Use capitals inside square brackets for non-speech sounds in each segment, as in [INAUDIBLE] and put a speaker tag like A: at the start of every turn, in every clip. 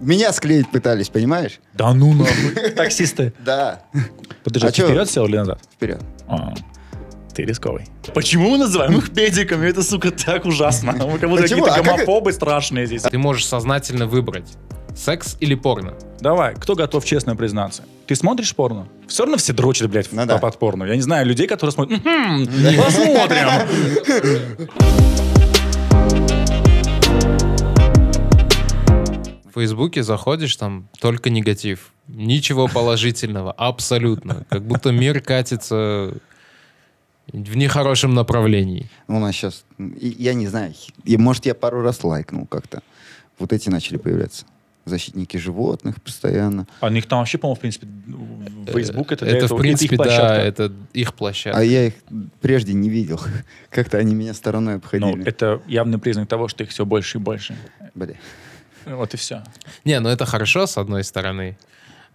A: Меня склеить пытались, понимаешь?
B: Да ну нахуй. Таксисты.
A: Да.
B: Подожди,
A: А
B: ты
A: чё?
B: вперед сел или назад?
A: Вперед.
B: А, Ты рисковый. Почему мы называем их педиками? Это, сука, так ужасно. Мы как будто
A: Почему?
B: какие-то
A: А как это-
B: гомофобы страшные здесь.
C: Ты можешь сознательно выбрать, секс или порно.
B: Давай, кто готов честно признаться? Ты смотришь порно? Все равно все дрочат, блядь,
A: Ну
B: в-
A: да.
B: под порно. Я не знаю людей, которые смотрят. «Мгм, Посмотрим.
C: В Фейсбуке заходишь, там только негатив. Ничего положительного, абсолютно. Как будто мир катится в нехорошем направлении.
A: Ну, У нас сейчас, я не знаю, хи- и, может, я пару раз лайкнул как-то. Вот эти начали появляться. Защитники животных постоянно.
B: А у них там вообще, по-моему, в принципе, в- Facebook Э, это для
C: Это,
B: этого-
C: в
B: их
C: принципе, да,
B: площадка.
C: это их площадка.
A: А я их прежде не видел. [LAUGHS] Как-то они меня стороной
B: Ну,
A: обходили.
B: это явный признак того, что их все больше и больше.
A: Бля.
B: Вот и все.
C: Не, ну это хорошо, с одной стороны.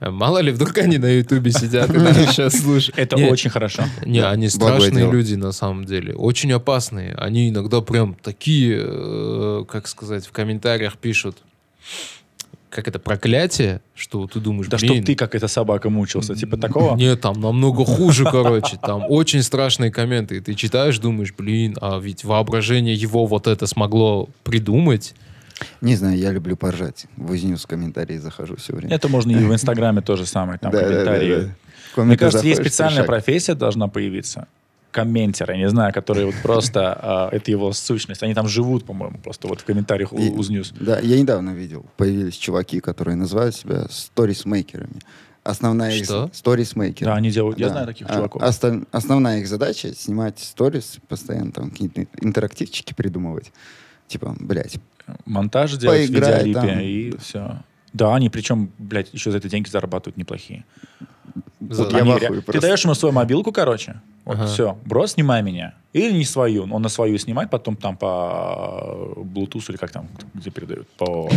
C: Э, Мало ли, вдруг они на Ютубе сидят и нас сейчас слушают.
B: Это
C: Не,
B: очень хорошо.
C: Не, они
A: Благое
C: страшные
A: дело.
C: люди на самом деле, очень опасные. Они иногда прям такие, э, как сказать, в комментариях пишут, как это проклятие, что ты думаешь,
B: Да чтоб
C: блин,
B: ты как эта собака мучился. Типа такого?
C: Нет, там намного хуже, короче. Там очень страшные комменты. И ты читаешь, думаешь, блин, а ведь воображение его вот это смогло придумать.
A: Не знаю, я люблю поржать. В Узнюс комментарии захожу все время.
B: Это можно и в Инстаграме тоже самое. Там
A: Да, да, да,
B: комментарии.
A: да. В
B: Мне
A: комменты
B: кажется, есть
A: заходишь,
B: специальная
A: трешак.
B: профессия должна появиться. Комментеры, я не знаю, которые вот
A: [LAUGHS]
B: просто... а, Это его сущность. Они там живут, по-моему, просто вот в комментариях
A: И-
B: у- Узнюс.
A: Да, я недавно видел, появились чуваки, которые называют себя сторисмейкерами. Основная
C: Что?
A: их сторисмейкеры.
B: Да, они делают... Я
A: Да.
B: знаю таких
A: А,
B: чуваков.
A: осталь- Основная их задача снимать сторис, постоянно там какие-то интерактивчики придумывать. Типа, блядь.
B: Монтаж делать в
A: поиграй
B: видеолипе
A: там.
B: и все. Да, они причем, блядь, еще за это деньги зарабатывают неплохие.
C: За-
A: Вот я
B: Они
A: в
B: ре-
A: ахуе
B: Ты
A: просто.
B: даешь ему свою мобилку, короче. Вот
C: Ага.
B: все, бро, снимай меня. Или не свою, он на свою снимает, потом там по э, Bluetooth или как там, где передают,
A: [LAUGHS]
B: по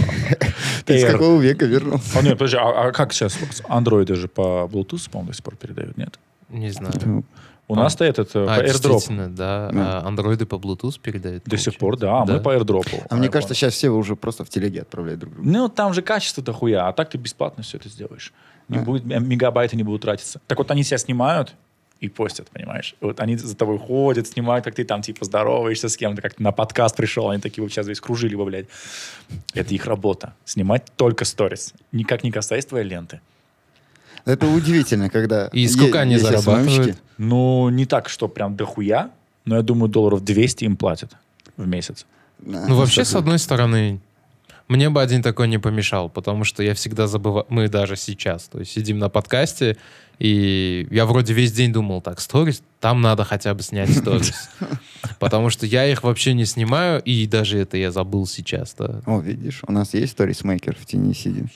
A: Ты из
B: Air.
A: какого века вернулся?
B: А, нет, подожди, а, а как сейчас? Андроиды же по Bluetooth, по-моему, до сих пор передают, нет?
C: Не знаю.
B: У
C: А.
B: нас-то этот, э,
C: А,
B: по AirDrop.
C: действительно, да.
A: Да.
C: А, Андроиды по Bluetooth передают.
B: До сих
C: получается.
B: пор, да, а мы по AirDrop.
A: А мне кажется, сейчас все уже просто в телеге отправляют друг друга.
B: Ну, там же качество-то хуя, а так ты бесплатно все это сделаешь. Не
A: Да.
B: будет, э, мегабайты не будут тратиться. Так вот они себя снимают и постят, понимаешь? Вот они за тобой ходят, снимают, как ты там, типа, здороваешься с кем-то, как ты на подкаст пришел, они такие вот сейчас весь кружили бы, блядь. Это их работа. Снимать только сторис. Никак не касаясь твоей ленты.
A: Это удивительно, когда...
C: И сколько
A: е-
C: они
A: есть
C: зарабатывают?
A: СММщики.
B: Ну, не так, что прям дохуя, но я думаю, долларов 200 им платят в месяц.
A: Да,
C: Ну, вообще, с
A: что-то.
C: одной стороны, мне бы один такой не помешал, потому что я всегда забываю, мы даже сейчас, то есть сидим на подкасте, и я вроде весь день думал, так, сторис, там надо хотя бы снять сторис. Потому что я их вообще не снимаю, и даже это я забыл сейчас. да.
A: О, видишь, у нас есть сторисмейкер в тени сидит.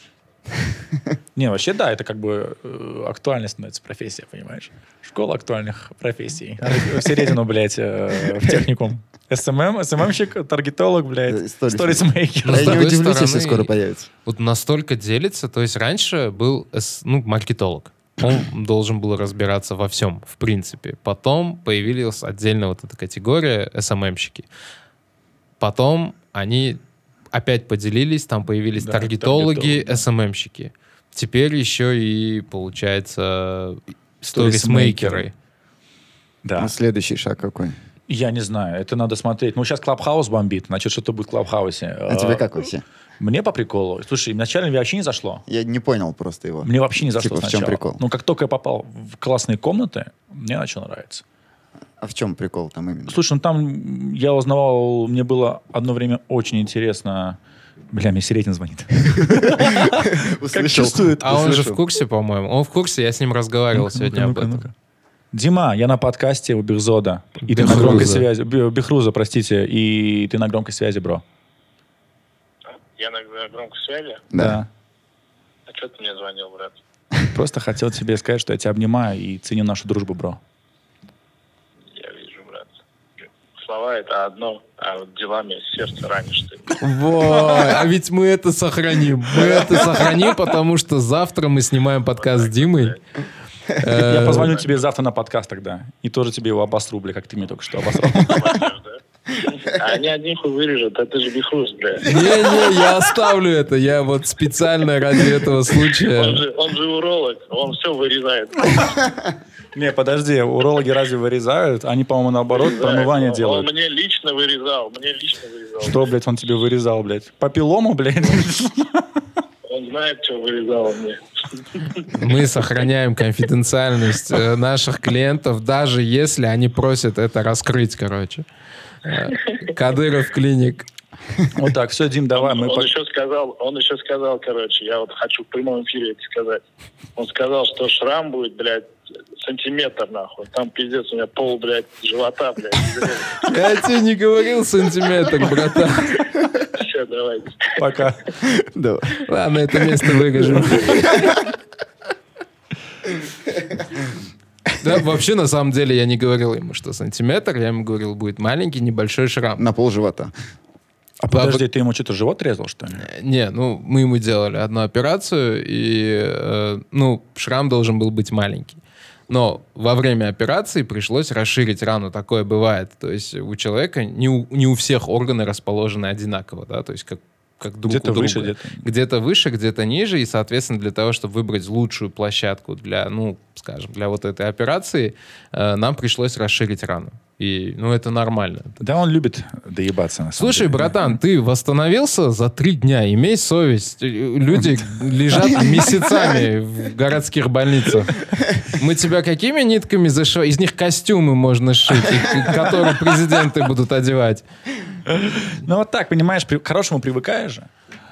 B: Не, вообще да, это как бы э, актуальная становится профессия, понимаешь? Школа актуальных профессий. В середину, блядь, э, в техникум. СММ, СММщик, таргетолог,
A: Да,
B: блядь,
A: сторис-
B: сторисмейкер.
C: Ну, с
A: Я не
C: другой
A: удивлюсь, если
C: стороны,
A: скоро появится.
C: Вот настолько делится, то есть раньше был, эс- ну, маркетолог. Он должен был разбираться во всем, в принципе. Потом появилась отдельно вот эта категория СММщики. Потом они опять поделились, там появились
B: Да,
C: таргетологи,
B: таргетологи, да.
C: СММщики. Теперь еще и, получается,
B: Сторисмейкеры.
C: сторисмейкеры.
B: Да.
A: Ну, следующий шаг какой?
B: Я не знаю, это надо смотреть. Ну, сейчас Клабхаус бомбит, значит, что-то будет в Клабхаусе. Э,
A: А тебе как вообще?
B: Мне по приколу. Слушай, вначале мне вообще не зашло.
A: Я не понял просто его.
B: Мне вообще не
A: Типа,
B: зашло
A: в чем
B: сначала. Ну,
A: прикол?
B: Но как только я попал в классные комнаты, мне начало нравиться.
A: А в чем прикол там именно?
B: Слушай, ну там я узнавал, мне было одно время очень интересно. Бля, мне Середин звонит.
A: [LAUGHS]
B: Как
A: Услышал.
B: чувствует.
C: А он же в
A: Услышал.
C: курсе, по-моему. Он в курсе, я с ним разговаривал
B: Ну-ка, ну-ка,
C: сегодня об этом.
B: ну-ка, ну-ка. Дима, я на подкасте у Бихзода. И ты на
C: Бехруза.
B: громкой связи. Бе- Бехруза, простите. И ты на громкой связи, бро.
D: Я на на громкой связи.
A: Да.
D: А что ты мне звонил, брат?
B: Да. Просто хотел тебе сказать, что я тебя обнимаю и ценю нашу дружбу, бро.
D: Я вижу, брат. Слова это одно, а вот делами сердце ранишь ты.
A: [LAUGHS]
C: Ой, а ведь мы это сохраним. Мы это сохраним, потому что завтра мы снимаем подкаст с Димой.
B: Я
C: Э, [LAUGHS]
B: позвоню тебе завтра на подкаст тогда. И тоже тебе его обосру, бля, как ты мне только что обосрал.
D: Понимаешь, да? А Они одни хуй вырежут, а ты же бихрус, бля.
C: Не-не, я оставлю это. Я вот специально ради этого
D: Он
C: случая.
D: же, он же уролог, он все вырезает.
B: Ну, Не, подожди, урологи разве вырезают? Они, по-моему, наоборот, промывание
D: он,
B: делают.
D: Он мне лично вырезал, мне лично вырезал.
B: Что, блядь, он тебе вырезал, блядь? Папиллому,
C: [LAUGHS]
B: блядь?
D: Он знает, что вырезал мне.
C: Мы сохраняем конфиденциальность э, наших клиентов, даже если они просят это раскрыть, короче. Э, Кадыров клиник.
B: Вот так, все, Дим, давай,
D: он,
B: мы...
D: он
B: Ну, по-
D: еще сказал, он еще сказал, короче, я вот хочу в прямом эфире это сказать. Он сказал, что шрам будет, блядь, сантиметр, нахуй. Там пиздец, у меня пол, блядь, живота, блядь.
C: Я тебе не говорил сантиметр, братан.
D: [LAUGHS] Все, давайте.
B: Пока. А
A: Давай.
C: Ладно, это место вырежем. Да, вообще, на самом деле, я не говорил ему, что сантиметр. Я ему говорил, будет маленький, небольшой шрам.
A: На пол живота.
B: А подожди, ты ему что-то живот резал, что ли?
C: Не, ну, мы ему делали одну операцию, и, э, ну, шрам должен был быть маленький. Но во время операции пришлось расширить рану, такое бывает. То есть у человека, не у, не у всех органы расположены одинаково, да, то есть как, как друг
B: Где-то
C: у друга.
B: выше, где-то.
C: где-то выше, где-то ниже, и, соответственно, для того, чтобы выбрать лучшую площадку для, ну, скажем, для вот этой операции, э, нам пришлось расширить рану. И, ну, это нормально.
B: Да он любит доебаться, на самом
C: Слушай,
B: деле.
C: братан, ты восстановился за три дня, имей совесть. Э, Люди лежат
B: [LAUGHS]
C: месяцами в городских больницах. Мы тебя какими нитками зашиваем? Из них костюмы можно шить, и- и которые президенты будут одевать.
B: Ну вот так, понимаешь, при- к хорошему привыкаешь же.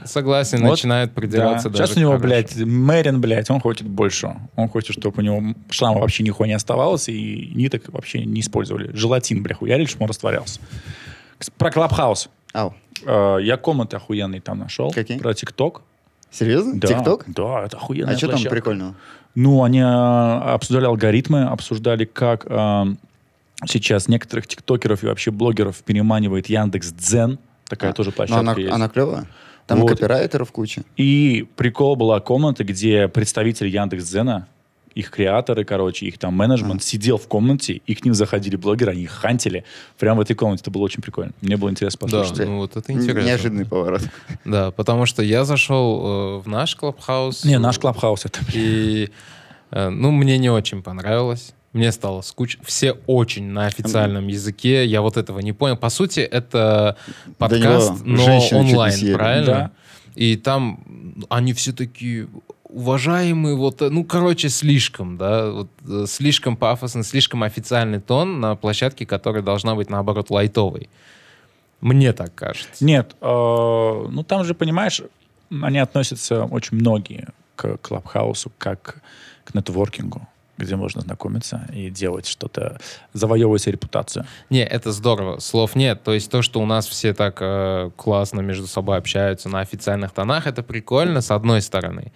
C: Согласен,
B: Вот,
C: начинают придираться
B: да.
C: даже
B: Сейчас у него,
C: к хорошему.
B: блядь, Мэрин, блядь, он хочет больше. Он хочет, чтобы у него шрама вообще нихуя не оставалось, и ниток вообще не использовали. Желатин, бля, хуярили, чтобы он растворялся. Кс- Про Клабхаус.
A: Ау.
B: Э, Я комнаты охуенные там нашел.
A: Какие?
B: Про ТикТок.
A: Серьезно?
B: Да.
A: Тикток?
B: Да, это охуенная
A: А что там
B: площадка.
A: прикольного?
B: Ну, они э, обсуждали алгоритмы, обсуждали, как э, сейчас некоторых тиктокеров и вообще блогеров переманивает Яндекс Дзен. Такая
A: А,
B: тоже
A: Ну,
B: площадка
A: она,
B: есть.
A: она клевая. Там и
B: Вот.
A: копирайтеров куча.
B: И прикол была комната, где представитель Яндекс.Дзена, их креаторы, короче, их там менеджмент сидел в комнате, и к ним заходили блогеры, они их хантили прямо в этой комнате. Это было очень прикольно. Мне было интересно
C: Да,
B: послушать.
A: Слушайте,
C: ну вот это
A: Н-
C: интересно.
A: Неожиданный поворот.
C: Да, потому что я зашел э, в наш клабхаус.
B: Не, наш клабхаус это. блин.
C: [LAUGHS] И, э, ну, мне не очень понравилось. Мне стало скучно. Все очень на официальном языке. Я вот этого не понял. По сути, это подкаст,
A: него
C: но
A: женщины чуть не съели.
C: онлайн, правильно?
B: Да.
C: И там м, они все такие уважаемые, вот, э, ну, короче, слишком, да, вот, э, слишком пафосно, слишком официальный тон на площадке, которая должна быть, наоборот, лайтовой. Мне так кажется.
B: Нет, э, ну там же, понимаешь, они относятся очень многие к клабхаусу как к нетворкингу где можно знакомиться и делать что-то, завоевывать себе репутацию.
C: Не, это здорово, слов нет. То есть то, что у нас все так э, классно между собой общаются на официальных тонах, это прикольно, с одной стороны.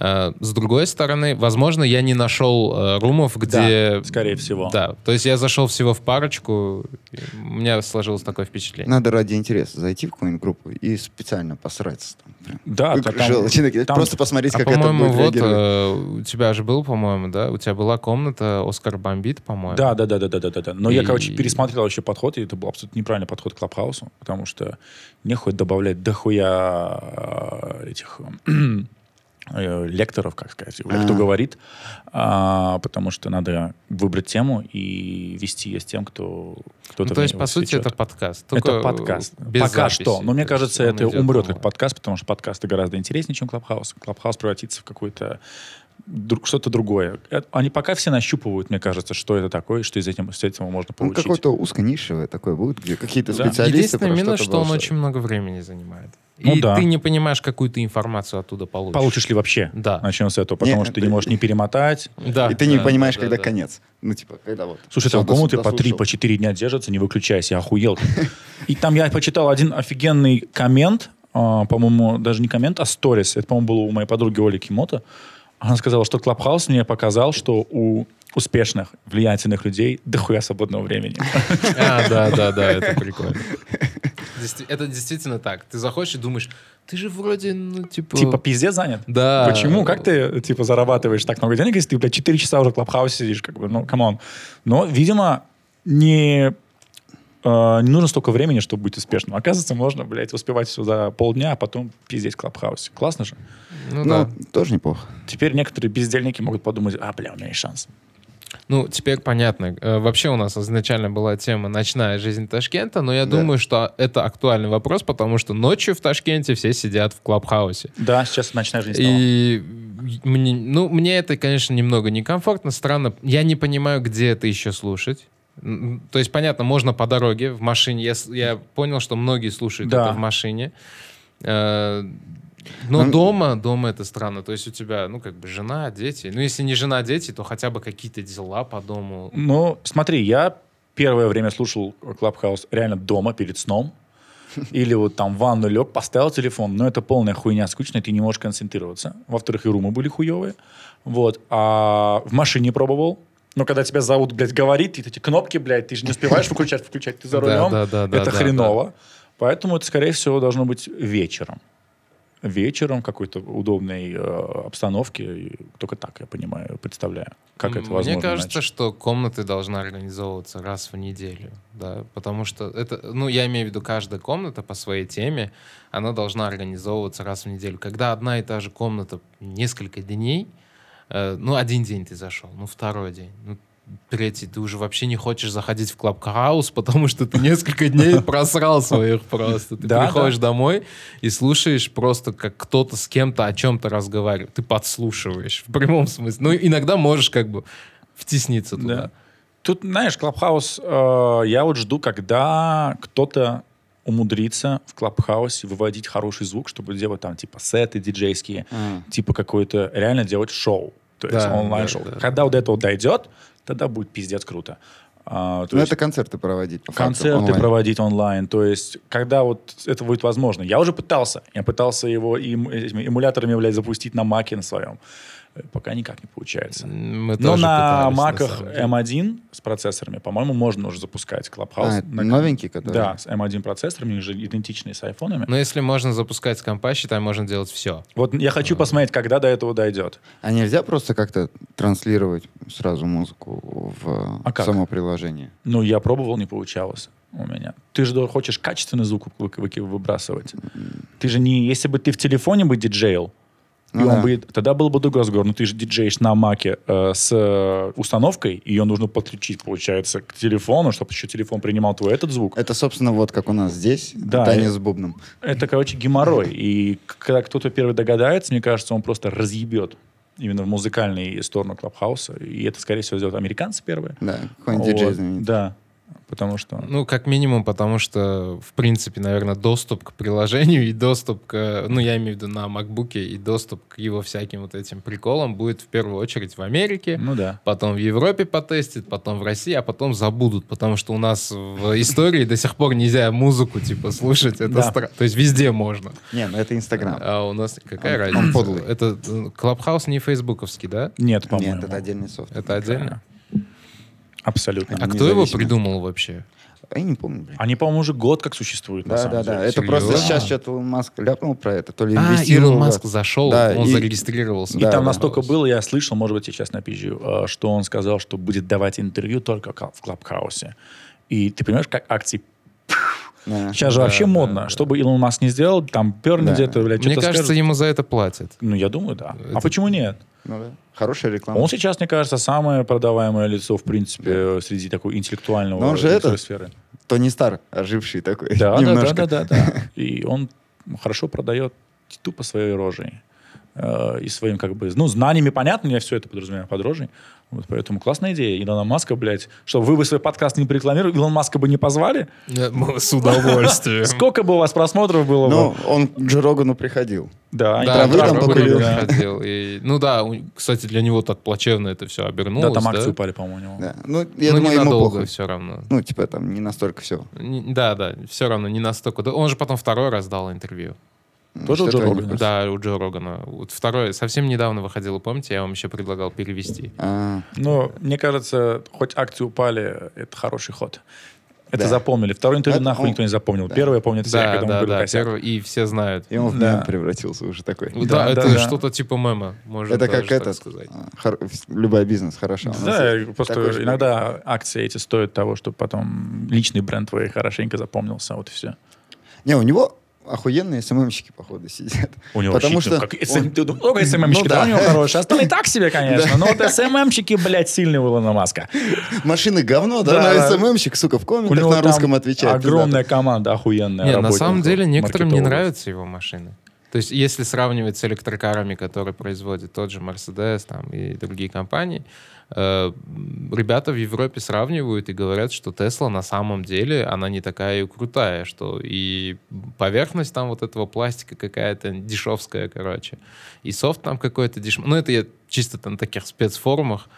C: Э, с другой стороны, возможно, я не нашел э, румов, где...
B: Да, скорее всего.
C: Да, то есть я зашел всего в парочку, и у меня сложилось такое впечатление.
A: Надо ради интереса зайти в какую-нибудь группу и специально посраться. Там, прям.
B: Да,
A: Вы
B: А, то там-
A: желчи [LAUGHS] накидать,
B: там-
A: Просто посмотреть,
C: А
A: Ну, как это
C: по-моему,
A: будет
C: вот
A: реагировать.
C: э, у тебя же был, по-моему, да? У тебя была комната Оскар Бомбит, по-моему.
B: Да, да, да, да, да, да, да, да. Но я,
C: И-
B: короче, пересмотрел вообще подход, и это был абсолютно неправильный подход к Клабхаусу, потому что не хоть добавлять дохуя э, этих э, э, [CLEARS THROAT] лекторов, как сказать, или кто
A: А.
B: говорит, а, потому что надо выбрать тему и вести ее с тем, кто кто
C: Ну, то есть, по сути, это подкаст. только э,
B: это подкаст.
C: без
B: Пока
C: записи.
B: что. Но мне
C: То есть
B: кажется,
C: он
B: это
C: идет
B: умрет
C: онлайн.
B: как подкаст, потому что подкасты гораздо интереснее, чем Клабхаус. Клабхаус превратится в какую-то дру- что-то другое. Э, Они пока все нащупывают, мне кажется, что это такое, и что из этим, с этим можно
A: Ну,
B: получить.
A: какое-то узконишевое такое будет, где какие-то
B: э, Да.
A: специалисты
C: Единственный
A: про
C: минус,
A: что-то
C: что он
A: болтают.
C: очень много времени занимает.
B: Ну
C: и
B: да.
C: ты не понимаешь, какую ты информацию оттуда получишь.
B: Получишь ли вообще?
C: Да.
B: Начнем с этого, потому
A: Не,
B: что ты
A: это-
B: не можешь не перемотать.
C: Да.
A: И ты не
C: да,
A: понимаешь,
C: да,
A: когда
C: да.
A: конец. Ну, типа, когда вот.
B: Слушай,
A: всё,
B: там
A: дос-
B: комнаты по три,
A: дослушал.
B: по четыре дня держатся, не выключайся, охуел. ты. И там я почитал один офигенный коммент, а, по-моему, даже не коммент, а сторис. Это, по-моему, было у моей подруги Оли Кимото. Она сказала, что Клабхаус мне показал, что у успешных, влиятельных людей дохуя свободного времени.
C: А, да, да, да, это
A: [LAUGHS]
C: прикольно. Действи- Это действительно так. Ты заходишь и думаешь, ты же вроде, ну, типа...
B: Типа пиздец занят.
C: да.
B: Почему? Как ты, типа, зарабатываешь так много денег, если ты, блядь, 4 часа уже в клабхаусе сидишь, как бы, ну, камон. Но, видимо, не э, не нужно столько времени, чтобы быть успешным. Оказывается, можно, блядь, успевать все за полдня, а потом пиздеть в Клабхаусе. Классно же?
A: Ну,
C: Ну, да.
A: тоже неплохо. Ну,
B: Теперь некоторые бездельники могут подумать, а, бля, у меня есть шанс.
C: Ну, теперь понятно. Э, Вообще у нас изначально была тема «Ночная жизнь Ташкента», но я
A: Да.
C: думаю, что это актуальный вопрос, потому что ночью в Ташкенте все сидят в Клабхаусе.
B: Да, сейчас ночная жизнь стала.
C: И мне, ну, мне это, конечно, немного некомфортно, странно. Я не понимаю, где это еще слушать. М, То есть, понятно, можно по дороге, в машине. Я, с- я понял, что многие слушают
B: Да.
C: это в машине. Э, Но
A: Ну,
C: дома, дома это странно. То есть у тебя, ну, как бы жена, дети. Ну, если не жена, дети, то хотя бы какие-то дела по дому.
B: Ну, смотри, я первое время слушал Клабхаус реально дома, перед сном. Или вот там в ванну лег, поставил телефон. Но это полная хуйня, скучно, и ты не можешь концентрироваться. Во-вторых, и румы были хуевые. Вот. А в машине пробовал. Но когда тебя зовут, блядь, говорит, и эти кнопки, блядь, ты же не успеваешь выключать, включать, ты за
C: Да,
B: рулем.
C: да, да, да,
B: это
C: да,
B: хреново. Поэтому это, скорее всего, должно быть вечером. Вечером в какой-то удобной э, обстановке. И Только так я понимаю, представляю, как это
C: М,
B: возможно.
C: Мне кажется,
B: иначе.
C: что комнаты должны организовываться раз в неделю, да, потому что это, ну, я имею в виду, каждая комната по своей теме, она должна организовываться раз в неделю. Когда одна и та же комната несколько дней, э, ну, один день ты зашел, ну, второй день, ну, третий, ты уже вообще не хочешь заходить в клаб-хаус, [LAUGHS] потому что ты несколько
B: [LAUGHS]
C: дней просрал своих просто. Ты
B: Да, да.
C: приходишь домой и слушаешь просто, как кто-то с кем-то о чем-то разговаривает. Ты подслушиваешь в прямом смысле. Ну, иногда можешь как бы втесниться
B: Да.
C: туда.
B: Тут, знаешь, Клабхаус, э, я вот жду, когда кто-то умудрится в Клабхаусе выводить хороший звук, чтобы делать там типа сеты диджейские, типа какое-то, реально делать шоу, то есть
C: Да,
B: онлайн-шоу.
C: да, да.
B: когда вот до этого дойдет, тогда будет пиздец круто. А, то
A: Ну,
B: есть-
A: это концерты проводить. по факту,
B: концерты
A: онлайн.
B: проводить онлайн. То есть, когда вот это будет возможно. Я уже пытался. Я пытался его им, этими эмуляторами, блядь, запустить на маке на своем. Э, Пока никак не получается.
C: Мы
B: Но
C: тоже
B: на
C: пытались,
B: маках
C: самом деле.
B: M1 с процессорами, по-моему, можно уже запускать Clubhouse.
A: А, это новенький, который?
B: Да, с M1 процессорами, они же идентичные с айфонами.
A: Ну,
C: Но если можно запускать с компа, считай, можно делать все.
B: Вот я хочу посмотреть, когда до этого дойдет.
A: А нельзя просто как-то транслировать сразу музыку в
B: А как?
A: само приложение?
B: Ну, я пробовал, не получалось у меня. Ты же хочешь качественный звук вы- вы- выбрасывать. Ты же не... Если бы ты в телефоне бы диджейл, и
A: Ну
B: он
A: да.
B: бы, тогда был бы другой разговор. Но ты же диджеешь на маке э, с э, установкой, ее нужно подключить, получается, к телефону, чтобы еще телефон принимал твой этот звук.
A: Это, собственно, вот как у нас здесь,
B: Да,
A: Таня
B: и-
A: с бубном.
B: Это, короче, геморрой. И к- когда кто-то первый догадается, мне кажется, он просто разъебет именно в музыкальной сторону Клабхауса. И это, скорее всего, сделают американцы первые.
A: Да, какой-нибудь
B: Вот,
A: диджей знаменитый.
B: Да, потому что...
C: Ну, как минимум, потому что, в принципе, наверное, доступ к приложению и доступ к, э, ну, я имею в виду на макбуке, и доступ к его всяким вот этим приколам будет в первую очередь в Америке.
B: ну да.
C: потом в Европе потестят, потом в России, а потом забудут, потому что у нас в истории до сих пор нельзя музыку типа слушать, это
B: Да.
C: стра- то есть везде можно.
A: Не, ну это Инстаграм.
C: А у нас какая
A: Он- он
C: разница?
A: подлый.
C: Это э, Клабхаус не фейсбуковский, да?
B: Нет, по-моему.
A: Нет, это отдельный софт.
C: Это отдельно.
B: Абсолютно.
C: А кто его
A: Независимо.
C: придумал вообще?
A: А я не помню, блин.
B: Они, по-моему, уже год как существуют. на
A: Да,
B: самом
A: да, да.
B: деле.
A: Это просто
C: Серьезно?
A: сейчас что-то Илон Маск ляпнул про это, то ли
C: А,
A: инвестировал.
C: Илон Маск
A: в-
C: зашел,
A: Да,
C: он
A: и-
C: зарегистрировался.
B: И
A: Да,
B: там
A: да.
B: настолько было, я слышал, может быть, я сейчас напизжу, э, что он сказал, что будет давать интервью только ка- в Клабхаусе. И ты понимаешь, как акции...
A: Да.
B: Сейчас же
C: Да,
B: вообще
C: да,
B: модно.
C: да.
B: Что бы Илон Маск не сделал, там перн
A: Да.
B: где-то, блядь,
C: Мне
B: что-то
C: кажется,
B: скажет.
C: ему за это платят.
B: Ну, я думаю, да.
C: Это-
B: А почему нет?
A: Ну да. Хорошая реклама.
B: Он сейчас, мне кажется, самое продаваемое лицо, в принципе, э, среди такой интеллектуального
A: Но он же
B: интеллектуальной
A: этот.
B: сферы.
A: Тони Стар, оживший такой.
B: Да, да, да,
A: немножко.
B: да, да, да. И он хорошо продает тупо своей рожей. Э, И своим, как бы, ну, знаниями понятно, я все это подразумеваю под рожей. Вот поэтому классная идея. Илона Маска, блядь, что вы бы свой подкаст не рекламировали, Илон Маска бы не позвали.
C: С удовольствием.
B: Сколько бы у вас просмотров было
A: Ну,
B: бы?
A: он к Джо Рогану приходил.
B: Да, и
C: Да,
B: там-
A: травы
C: да,
A: там
C: Роган
A: покурил.
C: приходил, и- ну да, у- кстати, для него так плачевно это все
B: да,
C: обернулось.
B: там акции упали, по-моему, у него.
A: Да. Ну, я
C: ну,
A: думаю, ему
C: ненадолго
A: плохо.
C: все равно.
A: Ну, типа там не настолько все.
C: Не- Да, да, все равно не настолько. Да, Он же потом второй раз дал интервью.
B: Тоже у Джо Рогана?
C: Да, у Джо Рогана. Вот второе совсем недавно выходило, помните, я вам еще предлагал перевести.
A: А,
B: Но мне кажется, хоть акции упали, это хороший ход. Это
A: Да.
B: запомнили. Второе интервью
A: Это
B: нахуй
A: он-
B: никто не запомнил.
A: да.
B: Первое, я помню, это я,
C: Да,
B: когда мы
C: да,
B: были
C: да,
B: косяк.
C: первый, и все знают.
A: И он в
B: Да.
A: мем превратился уже такой.
C: Да,
B: Да,
C: это
B: да, да.
C: что-то типа мема, можно
A: Это
C: даже
A: как
C: так
A: этот,
C: сказать.
A: а, хор- любая бизнес хороша. У нас
B: Да,
A: есть
B: просто
A: такой же
B: иногда акции эти стоят того, чтобы потом личный бренд твой хорошенько запомнился, вот и все.
A: Не, у него охуенные СММщики, походу, сидят.
B: У него
A: Потому
B: щит, ну,
A: что
B: как SM,
A: он-
B: ты думаешь, много SMM-щики,
A: Ну
B: эм да,
A: да.
B: у него хорошие. Остальные так себе, конечно, но вот SMM-щики, блядь, сильные у Илона Маска.
A: [LAUGHS] Машины говно, да,
B: Да,
A: на
B: да.
A: СММщик, сука, в
B: У
A: комментах
B: него
A: Ну, на
B: там
A: русском отвечает.
B: огромная команда охуенная.
C: Не, на
B: работников,
C: самом деле некоторым не
B: маркетологов.
C: нравятся его машины. То есть, если сравнивать с электрокарами, которые производит тот же Mercedes там, и другие компании, э, м, ребята в Европе сравнивают и говорят, что Тесла на самом деле она не такая и крутая, что и поверхность там вот этого пластика какая-то дешевская, короче, и софт там какой-то дешевый. Ну, это я чисто там на таких спецфорумах,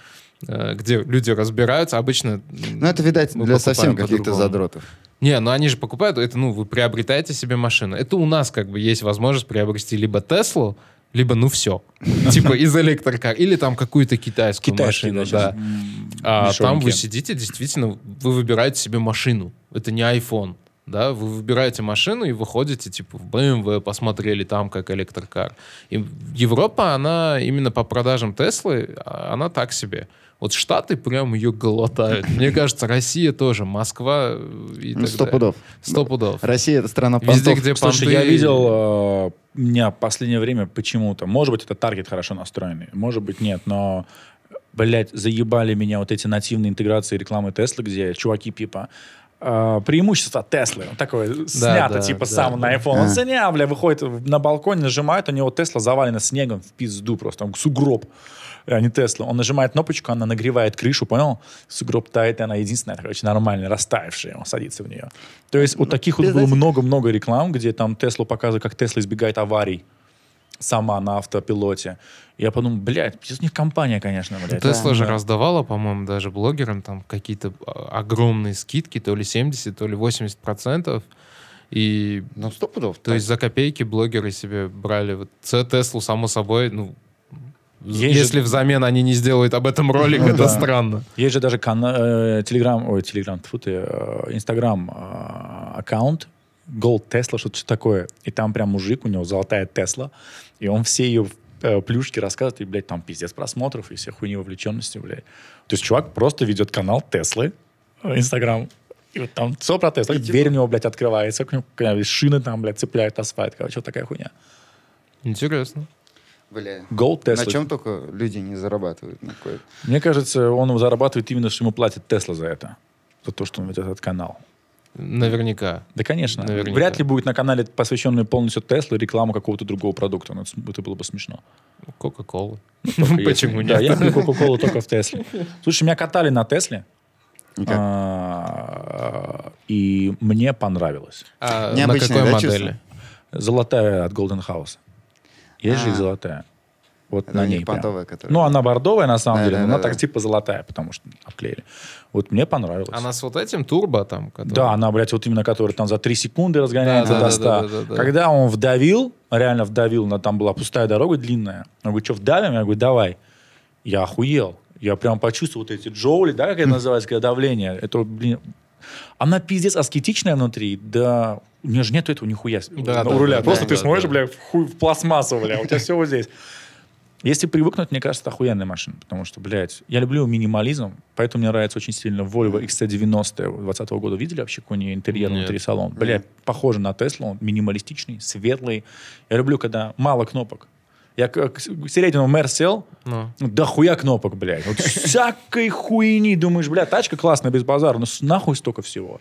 C: э, где люди разбираются, обычно...
A: Ну, это, видать,
C: мы
A: для совсем
C: покупаем
A: каких-то
C: по-другому.
A: задротов.
C: Не, ну они же покупают, это, ну, вы приобретаете себе машину. Это у нас как бы есть возможность приобрести либо Теслу, либо
B: [LAUGHS]
C: ну все. Типа из электрокар. Или там какую-то китайскую
B: Китайские,
C: машину,
B: да, сейчас,
C: да.
B: м,
C: А там
B: дешевенькие.
C: вы сидите, действительно, вы выбираете себе машину. Это не iPhone. Да, вы выбираете машину и выходите, типа, в BMW, посмотрели там, как электрокар. И Европа, она именно по продажам Теслы, а, она так себе. Вот Штаты прям ее глотают. Мне кажется, Россия тоже, Москва э, и
A: Ну,
C: так
A: сто
C: далее.
A: пудов.
C: Сто пудов.
A: Россия — это страна
C: Везде,
A: понтов.
C: где
B: Слушай,
C: понты-
B: я видел э, у меня в последнее время почему-то. Может быть, это таргет хорошо настроенный, может быть, нет, но блядь, заебали меня вот эти нативные интеграции рекламы Теслы, где чуваки типа э, преимущество Теслы. Он такое снято,
C: да,
B: типа,
C: да,
B: сам
C: да.
B: на iPhone. Он
A: А.
B: снял, бля, выходит в- на балконе, нажимает, у него Тесла завалена снегом в пизду просто, там сугроб, а не Тесла. Он нажимает кнопочку, она нагревает крышу, понял? Сугроб тает, и она единственная, короче, нормальная, растаявшая, он садится в нее. То есть вот таких вот
A: Ну, без
B: было
A: этих.
B: много-много реклам, где там Теслу показывают, как Тесла избегает аварий сама на автопилоте. Я подумал, блядь, здесь не компания, конечно, блядь.
C: Тесла же
B: Да.
C: раздавала, по-моему, даже блогерам там какие-то а, огромные скидки, то ли 70, то ли 80 процентов. И
A: Ну, сто пудов.
C: то есть за копейки блогеры себе брали вот Ц- Теслу, само собой, ну, з-
B: Есть
C: если
B: же-
C: взамен они не сделают об этом ролик,
B: Ну
C: это
B: [LAUGHS] да.
C: странно.
B: Есть же даже кана- э, Телеграм, ой, Телеграм, тьфу ты, э, Инстаграм э, аккаунт, Gold Tesla, что-то что такое. И там прям мужик, у него золотая Тесла, и он все ее э, плюшки рассказывает, и, блядь, там пиздец просмотров и все хуйни вовлеченности, блядь. То есть чувак просто ведет канал Теслы, э, Инстаграм, и вот там все про Теслу. Дверь у него, блядь, открывается, к нему, к- шины там, блядь, цепляют асфальт. Короче, вот такая хуйня.
C: Интересно.
A: Бля.
B: Gold Tesla.
A: На чем только люди не зарабатывают? на кое-
B: Мне кажется, он зарабатывает именно, что ему платит Тесла за это. За то, что он ведет этот канал.
C: Наверняка.
B: Да, конечно.
C: Наверняка.
B: Вряд ли будет на канале, посвященный полностью Теслу, реклама какого-то другого продукта. Ну, это см- это было бы смешно.
C: Кока-кола.
B: Только если-
C: Почему
A: Ну,
B: Да,
C: нет?
B: я пью Кока-Колу только в
A: [LAUGHS]
B: Тесле. Слушай, меня катали на Тесле,
A: И как?
B: а, и мне понравилось.
C: А На
A: Необычное,
C: какой
A: да,
C: модели?
B: Золотая от Golden House. Есть же и
A: А.
B: золотая. Вот
A: Это
B: на
A: у них
B: ней прям.
A: понтовая, которая.
B: Ну, она бордовая, на самом
A: Да,
B: деле,
A: да,
B: но она
A: да,
B: так
A: да.
B: типа золотая, потому что обклеили. Вот мне понравилось.
C: Она с А вот этим турбо там? который-
B: Да, она, блядь, вот именно которая там за 3 секунды разгоняется
C: Да,
B: до
C: да,
B: 100.
C: да, да, да, да.
B: Когда он вдавил, реально вдавил, на там была пустая дорога длинная. Он говорит, что вдавим? Я говорю, давай. Я охуел. Я прям почувствовал вот эти джоули, да,
C: [LAUGHS]
B: как это называется, когда давление. Это, блин, она пиздец аскетичная внутри, да... У нее же нету этого нихуя с-
C: Да,
B: на-
C: да,
B: у руля.
C: да,
B: Просто
C: да,
B: ты
C: да,
B: смотришь,
C: да.
B: бля, в, хуй, в пластмассу, бля, у тебя все вот здесь. Если привыкнуть, мне кажется, это охуенная машина, потому что, блядь, я люблю минимализм, поэтому мне нравится очень сильно Volvo XC90 20 года. Видели вообще какой у нее интерьер
C: Нет.
B: внутри салон? Блядь, похоже на Tesla, он минималистичный, светлый. Я люблю, когда мало кнопок. Я к, к Середину в мэр сел,
C: Ну.
B: да хуя кнопок, блядь. Вот всякой хуйни. Думаешь, бля, тачка классная, без базара, но с- нахуй столько всего.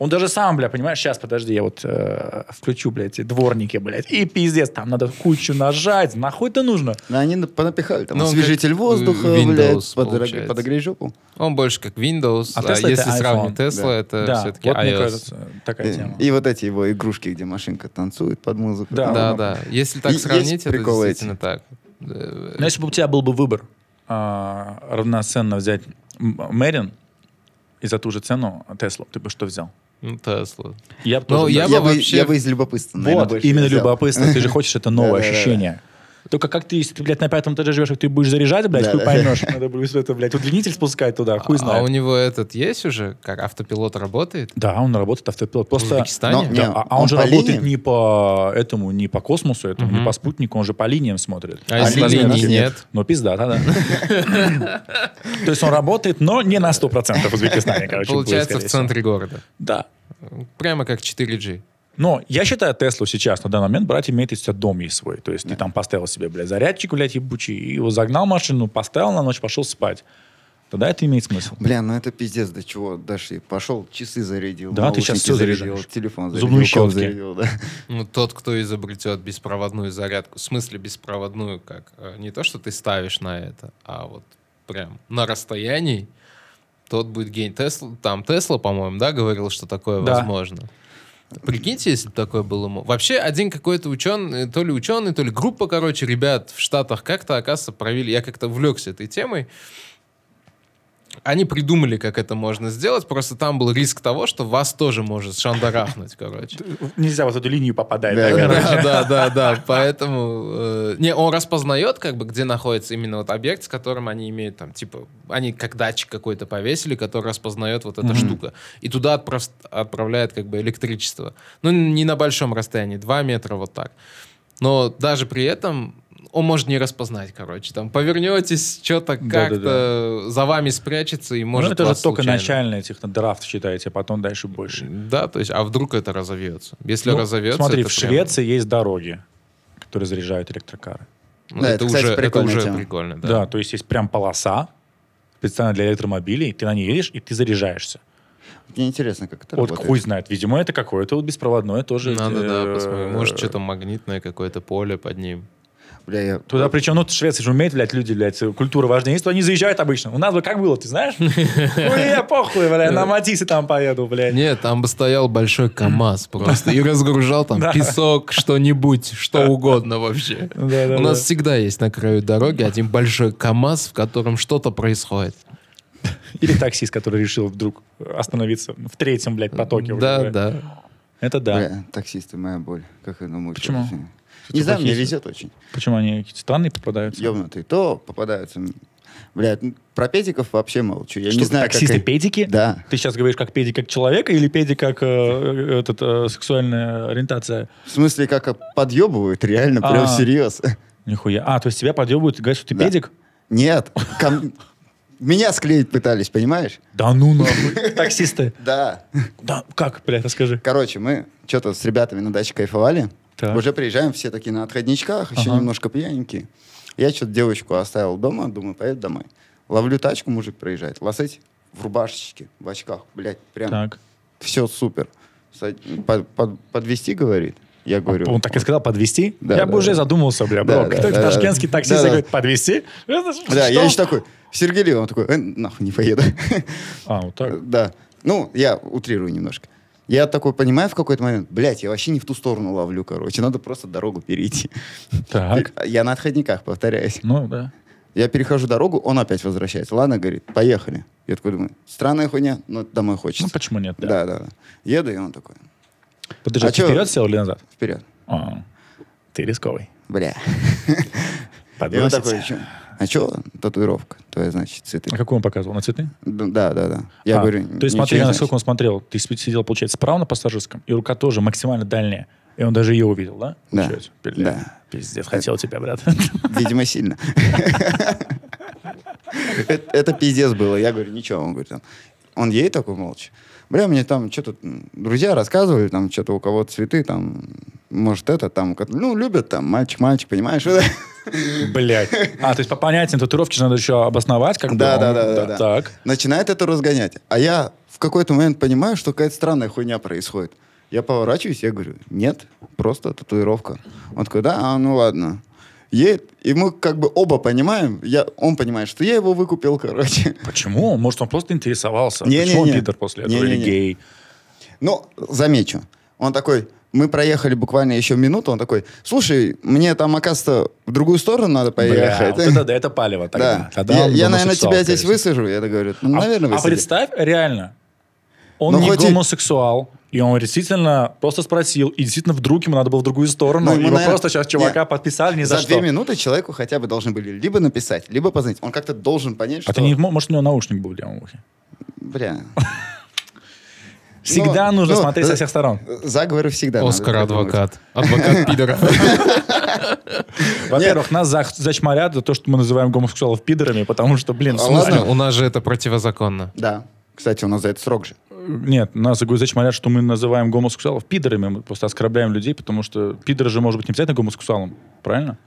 B: Он даже сам, бля, понимаешь, сейчас, подожди, я вот э, включу, блядь, эти дворники, блядь, и пиздец, там надо кучу нажать, нахуй это нужно?
A: Да, они на- понапихали там
C: Ну,
A: освежитель
C: как
A: воздуха,
C: Windows,
A: блядь,
C: получается.
A: подорог- подогрей жопу.
C: Он больше как Windows.
B: А
C: А,
B: Tesla это
C: если сравнивать
B: iPhone,
C: Tesla,
A: да.
C: это
B: да,
C: все-таки
B: вот мне
C: iOS.
B: кажется, такая тема.
A: Э, И, и вот эти его игрушки, где машинка танцует под музыку.
B: Да,
C: Да,
A: Там,
C: да. Если так
A: [LAUGHS] И-
C: сравнить,
A: есть
C: это
A: приколы
C: действительно так.
B: Но
C: Э,
B: ну, если бы у тебя был бы выбор а, равноценно взять М- Мерин и за ту же цену Теслу, ты бы что взял?
C: ну, Тесла.
B: Я бы
C: Ну,
B: тоже
C: я
A: Я,
C: бы
A: бы,
C: вообще-
A: я бы из любопытства, наверное,
B: Вот,
A: больше
B: именно
A: взял.
B: любопытство. Ты же хочешь это
A: [LAUGHS]
B: новое
A: Да-да-да-да.
B: ощущение. Только как ты, если ты, блядь, на пятом этаже живешь, как ты будешь заряжать, блядь,
A: Да,
B: хуй
A: да.
B: поймешь. Надо будет это, блядь, удлинитель спускать туда, хуй
C: А у
B: знает.
C: него этот есть уже? Как автопилот работает?
B: Да, он работает автопилот.
C: В
B: Просто...
C: Узбекистане?
A: Но-
B: Да,
A: Не,
B: а, а он,
A: он
B: же
A: по
B: работает
A: линиям?
B: не по этому, не по космосу, этому, не
C: Мгм.
B: по спутнику, он же по линиям смотрит.
C: А если
A: линии
C: линий
A: нет?
C: нет?
B: Ну, пизда, да, да. [LAUGHS] То есть он работает, но не на 100% в Узбекистане, короче. будет,
C: Получается, в
B: скорее всего.
C: центре города.
B: Да.
C: Прямо как 4G.
B: Но я считаю Теслу сейчас, на данный момент, брать имеет, если у тебя дом есть свой. То есть ты там поставил себе, блядь, зарядчик, блядь, ебучий, и его загнал в машину, поставил на ночь, пошел спать. Тогда это имеет смысл.
A: Бля, ну это пиздец, до чего дошли. Пошел, часы зарядил,
B: Да, ты сейчас
A: наушники
B: всё
A: зарядил,
B: заряжаешь.
A: телефон зарядил,
B: Зубную
A: комп
B: щетки.
A: зарядил, да. [LAUGHS]
C: Ну, тот, кто изобретет беспроводную зарядку, в смысле беспроводную, как э, не то, что ты ставишь на это, а вот прям на расстоянии, тот будет гений. Тесла, там Тесла, по-моему, да, говорил, что такое
B: Да.
C: возможно. Прикиньте, если бы такое было. мо- Вообще, один какой-то ученый, то ли ученый, то ли группа, короче, ребят в Штатах как-то, оказывается, провели... Я как-то влекся этой темой. Они придумали, как это можно сделать, просто там был риск того, что вас тоже может шандарахнуть, короче.
B: Нельзя вот эту линию попадать.
A: Да,
B: да,
A: да,
B: короче.
C: Да, да, да, да. Поэтому... э, не, он распознает, как бы, где находится именно вот объект, с которым они имеют там, типа, они как датчик какой-то повесили, который распознает вот эта
B: Мгм.
C: штука. И туда отпрос- отправляет, как бы, электричество. Ну, не на большом расстоянии, 2 метра вот так. Но даже при этом он может не распознать, короче. Там повернетесь, что-то
B: Да, да, да.
C: как-то за вами спрячется и [LAUGHS] может
B: Ну, это же
C: вас
B: только
C: случайно.
B: начальный техно- драфт, считаете, а потом дальше больше.
C: Да, то есть, а вдруг это разовьется? Если
B: Ну,
C: разовьется,
B: Смотри,
C: это
B: в
C: прям-
B: Швеции есть дороги, которые заряжают электрокары.
C: Ну,
A: Да,
C: это,
A: это, кстати,
C: уже, это
A: прикольная
C: уже
A: тема.
C: прикольно, да.
B: Да. то есть есть прям полоса специально для электромобилей, ты на ней едешь, и ты заряжаешься.
A: Мне интересно, как это
B: вот
A: работает.
B: хуй знает, видимо, это какое-то вот беспроводное тоже.
C: Надо, да,
B: э,
C: посмотрим. Может, что-то магнитное какое-то поле под ним.
A: Бля, я...
B: Туда причем, ну, Швеция же умеет, блядь, люди, блядь, культура важнее, есть, то они заезжают обычно. У нас бы как было, ты
C: [LAUGHS]
B: знаешь? Хуя, похуй, блядь,
C: Ну.
B: на Матисе там поеду, блядь.
C: Нет, там бы стоял большой
B: [LAUGHS]
C: КАМАЗ просто и разгружал там песок, что-нибудь, что угодно вообще.
B: Да-да-да.
C: У нас всегда есть на краю дороги один большой КАМАЗ, в котором что-то происходит.
B: Или таксист, который решил вдруг остановиться в третьем, блядь, потоке. уже,
C: Да,
B: блядь.
C: да.
B: Это да.
A: Бля, таксисты, моя боль. Как я думаю,
B: Почему? типа
A: Не знаю, мне
B: плохие?
A: везет очень.
B: Почему они какие-то странные попадаются?
A: Ёбнутые. То попадаются. Блядь, ну, про педиков вообще молчу. Я
B: Что
A: не
B: ты,
A: знаю,
B: таксисты
A: как...
B: педики?
A: Да,
B: Ты сейчас говоришь как педи как человека или педи как э, э, этот, э, сексуальная ориентация?
A: в смысле, как подъебывают, реально, прям
B: А.
A: всерьез.
B: Нихуя. А, то есть тебя подъебывают и говорят, что ты
A: Да.
B: педик?
A: [LAUGHS] Нет,
B: [LAUGHS]
A: ко- меня склеить пытались, понимаешь?
B: Да ну нахуй. [LAUGHS] Таксисты.
A: Да.
B: Да, как, блядь, расскажи.
A: Короче, мы что-то с ребятами на даче кайфовали.
B: Так.
A: Уже приезжаем все такие на отходничках, еще
B: Ага.
A: немножко пьяненькие. Я что-то девочку оставил дома, думаю, поеду домой. Ловлю тачку, мужик проезжает. Лосыть в рубашечке, в очках, блядь, прям.
B: Так.
A: Все супер. Сад- под- под- подвести, говорит. Я говорю.
B: Он так и сказал, подвести?
A: Да,
B: я
A: да,
B: бы уже
A: да.
B: задумался, бля,
A: Да,
B: бро.
A: да,
B: Кто
A: да, да.
B: ташкентский таксист
A: Да, да.
B: говорит, подвести?
A: Да, я еще такой, Сергей Лев, он такой, «Э, нахуй не поеду.
B: А, вот так.
A: [LAUGHS] Да. Ну, я утрирую немножко. Я такой понимаю в какой-то момент, блядь, я вообще не в ту сторону ловлю, короче, надо просто дорогу перейти.
B: Так.
A: [LAUGHS] Я на отходниках, повторяюсь.
B: Ну, да.
A: Я перехожу дорогу, он опять возвращается. Ладно, говорит, поехали. Я такой думаю, странная хуйня, но домой
B: Ну,
A: хочется.
B: почему нет? да.
A: да, да, да. Еду, и он такой,
B: Подожди,
A: А
B: ты
A: чё?
B: вперед сел или назад?
A: вперед.
B: А, Ты рисковый.
A: Бля. [LAUGHS] И он
B: Подбросить.
A: такой, «Чё? а что татуировка твоя, значит, цветы?
B: А какую он показывал? На цветы?
A: Д- Ну, Да, да, да. Я
B: А,
A: говорю,
B: То есть
A: «Ничего
B: смотри,
A: не
B: насколько
A: значит».
B: он смотрел. Ты сп- сидел, получается, справа на пассажирском, и рука тоже максимально дальняя. И он даже ее увидел, да?
A: Да.
B: Получается? Бля,
A: Да.
B: Пиздец, хотел тебя, брат. [LAUGHS]
A: Видимо, сильно. Это это пиздец было. Я говорю, ничего. Он говорит, там, он едет такой молча. Бля, мне там что-то м, друзья рассказывали, там что-то у кого цветы, там, может, это, там, у кого-то- ну, любят там, мальчик-мальчик, понимаешь?
B: Блять. А, то есть по понятиям татуировки же надо еще обосновать, как бы.
A: Да, да,
B: он-
A: да, да, да.
B: Так.
A: Начинает это разгонять. А я в какой-то момент понимаю, что какая-то странная хуйня происходит. Я поворачиваюсь, я говорю, нет, просто татуировка. Он такой, да, а, ну ладно. Едет, и мы как бы оба понимаем, я, он понимает, что я его выкупил, короче. [LAUGHS]
B: Почему? Может, он просто интересовался.
A: Не,
B: Почему
A: не,
B: он
A: не.
B: пидор после этого?
A: Не, не,
B: Или
A: не.
B: гей?
A: Ну, замечу. Он такой, мы проехали буквально еще минуту, он такой, слушай, мне там, оказывается, в другую сторону надо
B: Бля,
A: поехать. [LAUGHS]
B: вот это, да, это палево тогда.
A: Да.
B: Тогда
A: Я,
B: он
A: я, наверное,
B: гомосексуал,
A: тебя здесь
B: скорее всего.
A: высажу. Я говорю, ну,
B: А-
A: наверное,
B: а,
A: высадил».
B: представь, реально, он
A: Ну,
B: не
A: хоть и-
B: гомосексуал, И он действительно просто спросил, и действительно вдруг ему надо было в другую сторону.
A: Ну,
B: и
A: ему,
B: мы
A: наверно-
B: просто сейчас чувака подписали ни за, что.
A: две минуты человеку хотя бы должны были либо написать, либо позвонить. Он как-то должен понять,
B: А
A: что... Ну,
B: ты не, мо- может, у него наушник был в левом ухе?
A: Бля.
B: Всегда
A: Ну,
B: нужно
A: ну,
B: смотреть со
A: э,
B: всех сторон.
A: Заговоры всегда надо
C: Оскар
A: придумывать.
C: адвокат.
A: [LAUGHS]
C: Адвокат пидора.
B: Во-первых, нас за- зачморят за то, что мы называем гомосексуалов пидорами, потому что, блин, в
A: А
B: смысле?
C: Ладно, у нас же это противозаконно.
A: Да. Кстати, у нас за это срок же.
B: Нет, нас за- зачморят, что мы называем гомосексуалов пидорами. Мы просто оскорбляем людей, потому что пидор же может быть не обязательно гомосексуалом. Правильно?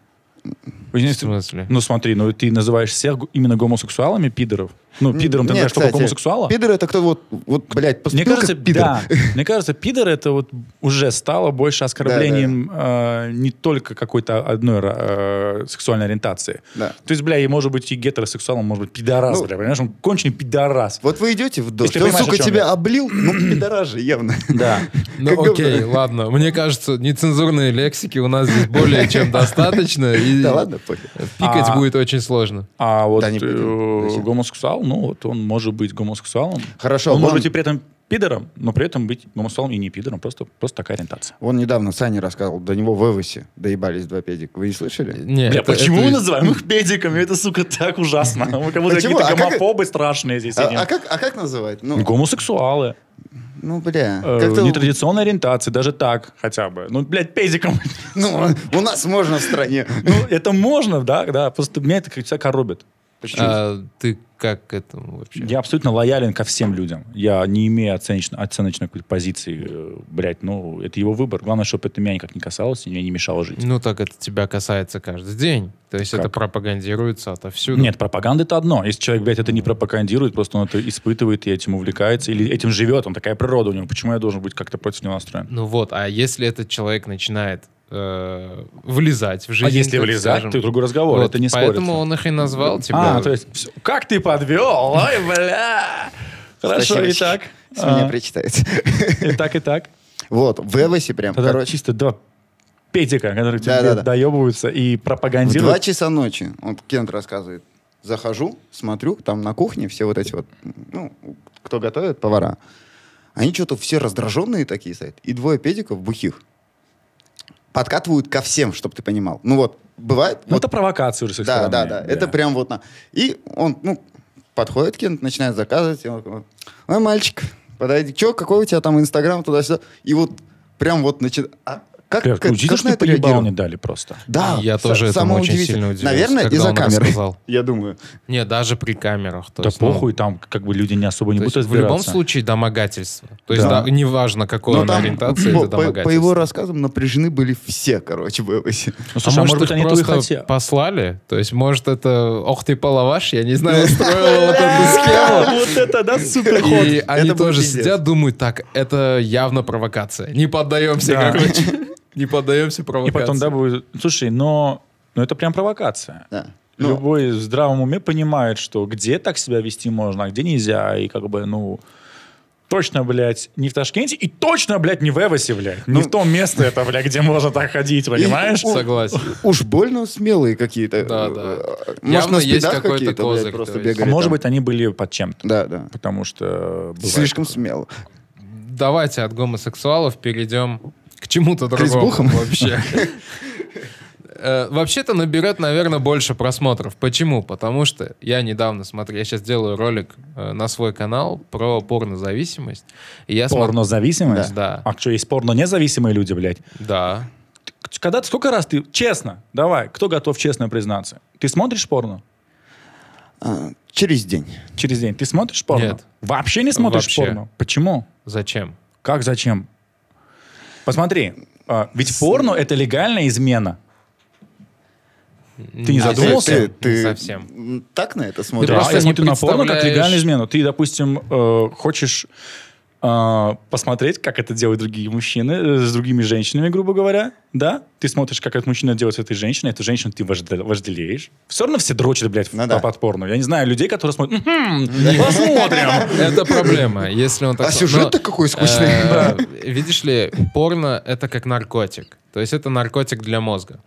C: В
B: Извините,
C: смысле?
B: Ну смотри, ну ты называешь всех г- именно гомосексуалами пидоров. Ну, пидором ты
A: Нет,
B: называешь только
A: кстати,
B: гомосексуала?
A: Пидор это кто вот, вот блядь,
B: Мне
A: поступил
B: кажется,
A: как пидор.
B: да. Мне кажется, пидор это вот уже стало больше оскорблением э, не только какой-то одной э, сексуальной ориентации.
A: Да.
B: То есть, бля, и может быть и гетеросексуалом, может быть пидорас,
A: Ну,
B: бля, понимаешь? Он конченый пидорас.
A: Вот вы идете в дождь,
B: ты
A: он,
B: понимаешь, о
A: сука,
B: чем
A: тебя
B: я.
A: облил, ну, пидора же явно.
B: Да.
A: [LAUGHS]
C: Ну
A: Как бы-
C: окей, ладно. Мне кажется, нецензурные лексики у нас здесь более
A: [LAUGHS]
C: чем достаточно. И
A: Да ладно, пофиг.
C: пикать
B: А.
C: будет очень сложно.
B: А вот
A: Да, не
B: э,
A: пидор, зачем?
B: гомосексуал, ну вот он может быть гомосексуалом.
A: Хорошо,
B: Он может
A: вон-
B: быть и при этом пидором, но при этом быть гомосексуалом и не пидором, просто, просто такая ориентация.
A: Он недавно Саня рассказывал, до него в Эвосе доебались два педика. Вы не слышали?
C: Нет,
B: Бля,
C: это-
B: почему
C: это-
B: мы называем их педиками? Это, сука,
A: [LAUGHS]
B: так ужасно. Мы как будто
A: Почему?
B: какие-то
A: А как-
B: гомофобы страшные здесь сидим.
A: А, а как, а как называть? Ну,
B: Гомосексуалы,
A: ну бля.
B: э,
A: как-то-
B: нетрадиционной ориентации, даже так хотя бы. Ну, блядь, педиком. [LAUGHS]
A: Ну, у нас можно в стране.
B: Ну, это можно, да, да. Просто меня это как всегда коробит.
C: А, ты как к этому вообще?
B: Я абсолютно лоялен ко всем людям. Я не имею оценочной, оценочной какой-то позиции. э, Блядь, ну, это его выбор. Главное, чтобы это меня никак не касалось и меня не мешало жить.
C: Ну так это тебя касается каждый день. То есть это
B: Как?
C: пропагандируется отовсюду.
B: Нет, пропаганда это одно. Если человек, блядь, это не пропагандирует, просто он это испытывает и этим увлекается, или этим живет, он такая природа у него. Почему я должен быть как-то против него настроен?
C: Ну вот, а если этот человек начинает э, влезать в жизнь,
B: а если
C: так
B: влезать,
C: скажем,
B: то другой разговор,
C: вот,
B: это не
C: Поэтому
B: спорится.
C: он их и назвал типа, тебя.
B: А, то есть, всё, как ты подвел? Ой, бля! Хорошо, и
A: Спасибо.
B: так.
A: С меня
B: А,
A: причитается.
B: И так, и так.
A: [LAUGHS] Вот, в Эвосе прям,
B: Тогда
A: короче,
B: чисто два педика, которые тебе
A: Да-да-да.
B: доебываются и
A: в 2
B: пропагандируют.
A: часа ночи, вот Кент рассказывает, захожу, смотрю, там на кухне все вот эти вот, ну, кто готовит, повара. Они что-то все раздраженные такие стоят. И двое педиков бухих подкатывают ко всем, чтобы ты понимал. Ну вот, бывает...
B: Ну,
A: вот-
B: это провокация уже с их
A: Да,
B: стороны,
A: да, да. Это прям вот на. И он, ну, подходит Кент, начинает заказывать. И он такой, ой, мальчик, подойди. Че, какой у тебя там Инстаграм туда-сюда? И вот прям вот начинает... А как,
B: Бля,
A: как, как
B: Удивительно,
A: на
B: что
A: это
B: по ебалу не
A: реагировать?
B: дали просто.
A: Да,
C: Я
A: са-
C: тоже этому
A: самое
C: очень
A: удивительное.
C: сильно удивился,
A: Наверное,
C: когда
A: из-за
C: он
A: камеры.
C: рассказал.
A: [LAUGHS] Я думаю. Ну,
C: Не, даже при камерах. То
B: Да
C: есть, ну,
B: похуй, там как бы люди не особо не
C: то
B: будут
C: есть в любом
B: разбираться.
C: случае домогательство. То есть
B: Да.
C: да, неважно, какой
A: Но
C: он
A: Ну, там
C: ориентации,
A: по,
C: это
A: по- по его
C: домогательство.
A: рассказам напряжены были все, короче, в [LAUGHS] Эвосе.
B: Ну, слушай, а может быть,
C: их
B: они этого и
C: просто
B: хотели.
C: послали? То есть, может, это ох ты половаш, я
A: [LAUGHS]
C: не знаю, устроила вот эту схему.
B: А, Вот это, да, супер
C: И они
A: был
C: тоже
A: пиздец.
C: сидят, думают, так, это явно провокация. Не поддаемся,
B: Да. [LAUGHS]
C: короче. Не поддаемся
B: И потом, да,
C: провокации.
B: будет... Слушай, но... но это прям провокация.
A: Да. Ну,
B: Любой в здравом уме понимает, что где так себя вести можно, а где нельзя. И как бы, ну... Точно, блядь, не в Ташкенте и точно, блядь, не в Эвосе, блядь. не в том место это, блядь, где можно так ходить, понимаешь? А
A: у-
C: Согласен.
A: Уж больно смелые какие-то.
C: Да,
A: э,
C: да.
A: э, Может,
C: Явно
A: на
C: есть
A: спидах
C: какой-то
A: какие-то, блядь,
C: козырь,
A: просто
C: то есть.
A: бегали
B: А может
A: там.
B: быть, они были под чем-то.
A: Да, да.
B: Потому что... бывает
A: Слишком
B: такое.
A: смело.
C: Давайте от гомосексуалов перейдем к чему-то другому
A: Бухам?
B: [LAUGHS]
C: вообще. Э, Вообще-то наберет, наверное, больше просмотров. Почему? Потому что я недавно смотрю, я сейчас делаю ролик э, на свой канал про порнозависимость. И я смотрю...
B: Порнозависимость?
C: Да.
B: А что, есть порно-независимые люди, блядь?
C: Да.
B: Ты- Когда ты, сколько раз ты, честно, давай, кто готов честно признаться? Ты смотришь порно?
A: А, через день.
B: Через день. Ты смотришь порно?
C: Нет.
B: Вообще не смотришь
C: Вообще.
B: порно? Почему?
C: Зачем?
B: Как, зачем? Посмотри, а, ведь порно — это легальная измена. Ты не
A: А ты-
B: задумался?
A: Ты, ты
C: Совсем.
A: м, так на это
B: Ты
A: смотришь?
C: Да.
B: просто
C: просто не
B: А смотрю на порно как
C: представляешь-
B: легальную измену. Ты, допустим, э, хочешь э, посмотреть, как это делают другие мужчины э, с другими женщинами, грубо говоря, да? Ты смотришь, как этот мужчина делает с этой женщиной, эту женщину ты вожде- вожделеешь. Все равно все дрочат, блядь, в-
A: Ну да.
B: под порно. Я не знаю людей, которые смотрят,
A: [LAUGHS]
B: «Мгм, посмотрим.
C: Это проблема, если он так...
A: А
C: см-
A: сюжет-то
C: Но,
A: какой скучный.
C: э, Видишь ли, порно — это как наркотик. То есть это наркотик для мозга.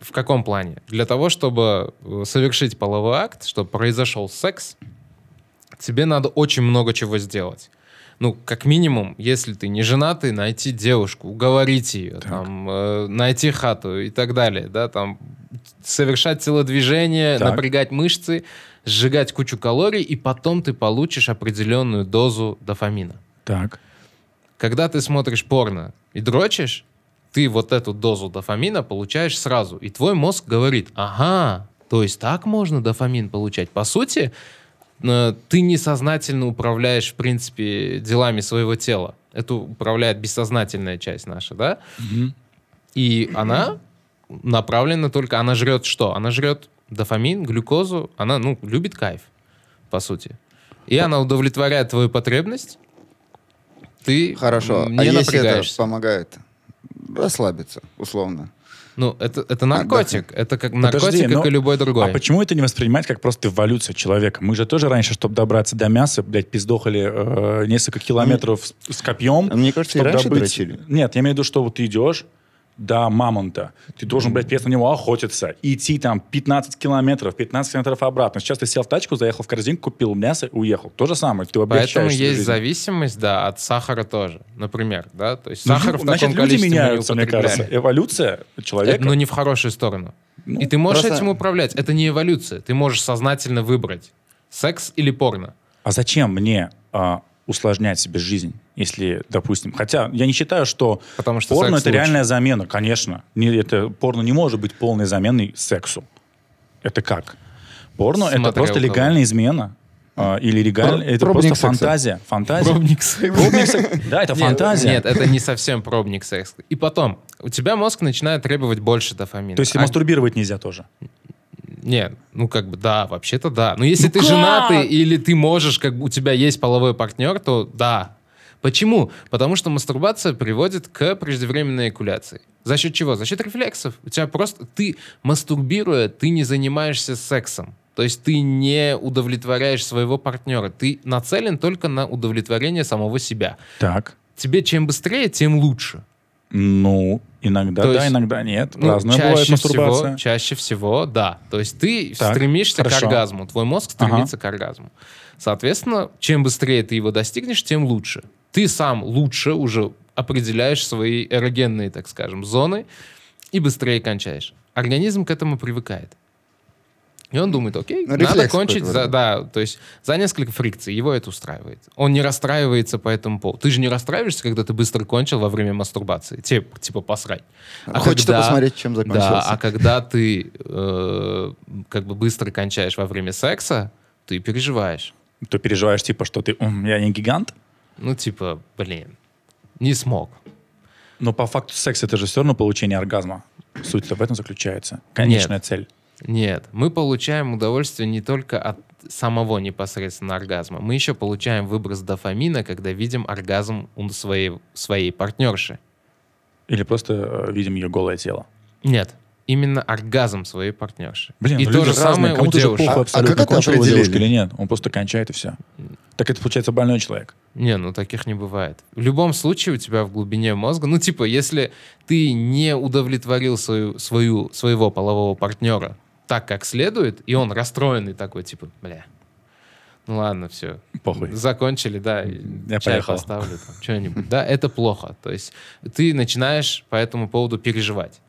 C: В каком плане? Для того, чтобы э, совершить половой акт, чтобы произошел секс, тебе надо очень много чего сделать. ну, как минимум, если ты не женатый, найти девушку, уговорить ее, там, э, найти хату и так далее, да, там, совершать телодвижение,
B: Так.
C: напрягать мышцы, сжигать кучу калорий, и потом ты получишь определенную дозу дофамина.
B: Так.
C: Когда ты смотришь порно и дрочишь, ты вот эту дозу дофамина получаешь сразу. И твой мозг говорит, ага, то есть так можно дофамин получать. По сути, э, ты несознательно управляешь, в принципе, делами своего тела. Это управляет бессознательная часть наша, да? И она направлена только... Она жрет что? Она жрет дофамин, глюкозу. Она, ну, любит кайф, по сути. И она удовлетворяет твою потребность. Ты
A: Хорошо.
C: м,
A: а
C: не
A: если это
C: напрягаешься.
A: помогает расслабиться, условно.
C: Ну, это, это наркотик. это как наркотик,
B: А, Подожди, ну,
C: как и любой другой.
B: А почему это не воспринимать как просто эволюция человека? Мы же тоже раньше, чтобы добраться до мяса, блядь, пиздохали э, несколько километров с, с копьем.
A: А мне кажется, и
B: чтоб
A: раньше
B: добыть-
A: дрочили.
B: Нет, я имею в виду, что вот ты идешь до мамонта, ты должен, блядь, первый на него охотиться, идти там 15 километров, 15 километров обратно. Сейчас ты сел в тачку, заехал в корзинку, купил мясо и уехал. То же самое, ты
C: Поэтому
B: облегчаешь
C: есть
B: себе жизнь.
C: зависимость, да, от сахара тоже, например, да, то есть
B: Ну,
C: сахар в
B: Значит,
C: таком
B: люди
C: количестве мы не
B: меняются, мне
C: употребляем.
B: кажется. Эволюция человека...
C: Это, но не в хорошую сторону.
B: Ну,
C: и ты можешь
A: просто-
C: этим управлять. Это не эволюция. Ты можешь сознательно выбрать секс или порно.
B: А зачем мне а, усложнять себе жизнь, если, допустим, хотя я не считаю, что
C: Потому что
B: порно
C: секс
B: это
C: лучше.
B: реальная замена, конечно, не это порно не может быть полной заменой сексу. Это как? Порно это
C: Смотря
B: просто
C: у кого.
B: легальная измена а, или легальная,
A: Про-
B: это
A: пробник секса.
B: просто фантазия, фантазия. [LAUGHS] Пробник секса. Да, это
C: Нет,
B: фантазия.
C: Нет, это не совсем пробник секс. И потом, у тебя мозг начинает требовать больше дофамина.
B: То есть и
C: А-
B: мастурбировать нельзя тоже.
C: Нет, ну как бы да, вообще-то да. Но если
B: Ну
C: ты
B: как?
C: женатый или ты можешь, как бы у тебя есть половой партнер, то да. Почему? Потому что мастурбация приводит к преждевременной экуляции. За счет чего? За счет рефлексов. У тебя просто ты мастурбируя, ты не занимаешься сексом. То есть ты не удовлетворяешь своего партнера. Ты нацелен только на удовлетворение самого себя.
B: Так.
C: Тебе чем быстрее, тем лучше.
B: Ну, иногда
C: То
B: да,
C: есть,
B: иногда нет.
C: Ну,
B: Разная
C: чаще
B: бывает
C: Всего,
B: мастурбация.
C: чаще всего, да. То есть ты
B: Так,
C: стремишься к
B: хорошо.
C: оргазму, твой мозг стремится к оргазму. Соответственно, чем быстрее ты его достигнешь, тем лучше. Ты сам лучше уже определяешь свои эрогенные, так скажем, зоны и быстрее кончаешь. Организм к этому привыкает. И он думает, окей,
A: Ну,
C: надо
A: рефлекс
C: кончить,
A: какой-то
C: за,
A: вроде.
C: да, то есть за несколько фрикций его это устраивает. Он не расстраивается по этому поводу. Ты же не расстраиваешься, когда ты быстро кончил во время мастурбации. Тебе, типа, посрать. А
A: Хочется
C: когда-
A: посмотреть, чем закончился.
C: Да, а когда ты э, как бы быстро кончаешь во время секса, ты переживаешь.
B: Ты переживаешь типа, что ты, «М, я не гигант,
C: Ну, типа, блин, не смог.
B: Но по факту секс это же все равно получение оргазма. Суть-то в этом заключается. Конечная цель.
C: Нет, мы получаем удовольствие не только от самого непосредственно оргазма. Мы еще получаем выброс дофамина, когда видим оргазм у своей, своей партнерши.
B: Или просто э, видим ее голое тело.
C: Нет, именно оргазм своей партнерши.
B: Блин,
C: И
B: ну
C: то
B: люди
C: же
B: разные,
C: самое у
B: кому-то же
C: девушки.
B: похуй
A: А- а
B: абсолютно,
A: как это
B: кончила девушка
A: определили?
B: или нет. Он просто кончает и все. Так это получается больной человек.
C: Не, ну таких не бывает. В любом случае у тебя в глубине мозга, ну типа, если ты не удовлетворил свою, свою, своего полового партнера так, как следует, и он расстроенный такой, типа, бля, ну ладно, все,
B: Похуй.
C: закончили, да, и
B: Я
C: чай
B: поехал.
C: поставлю, там, что-нибудь. Да, это плохо. То есть ты начинаешь по этому поводу переживать.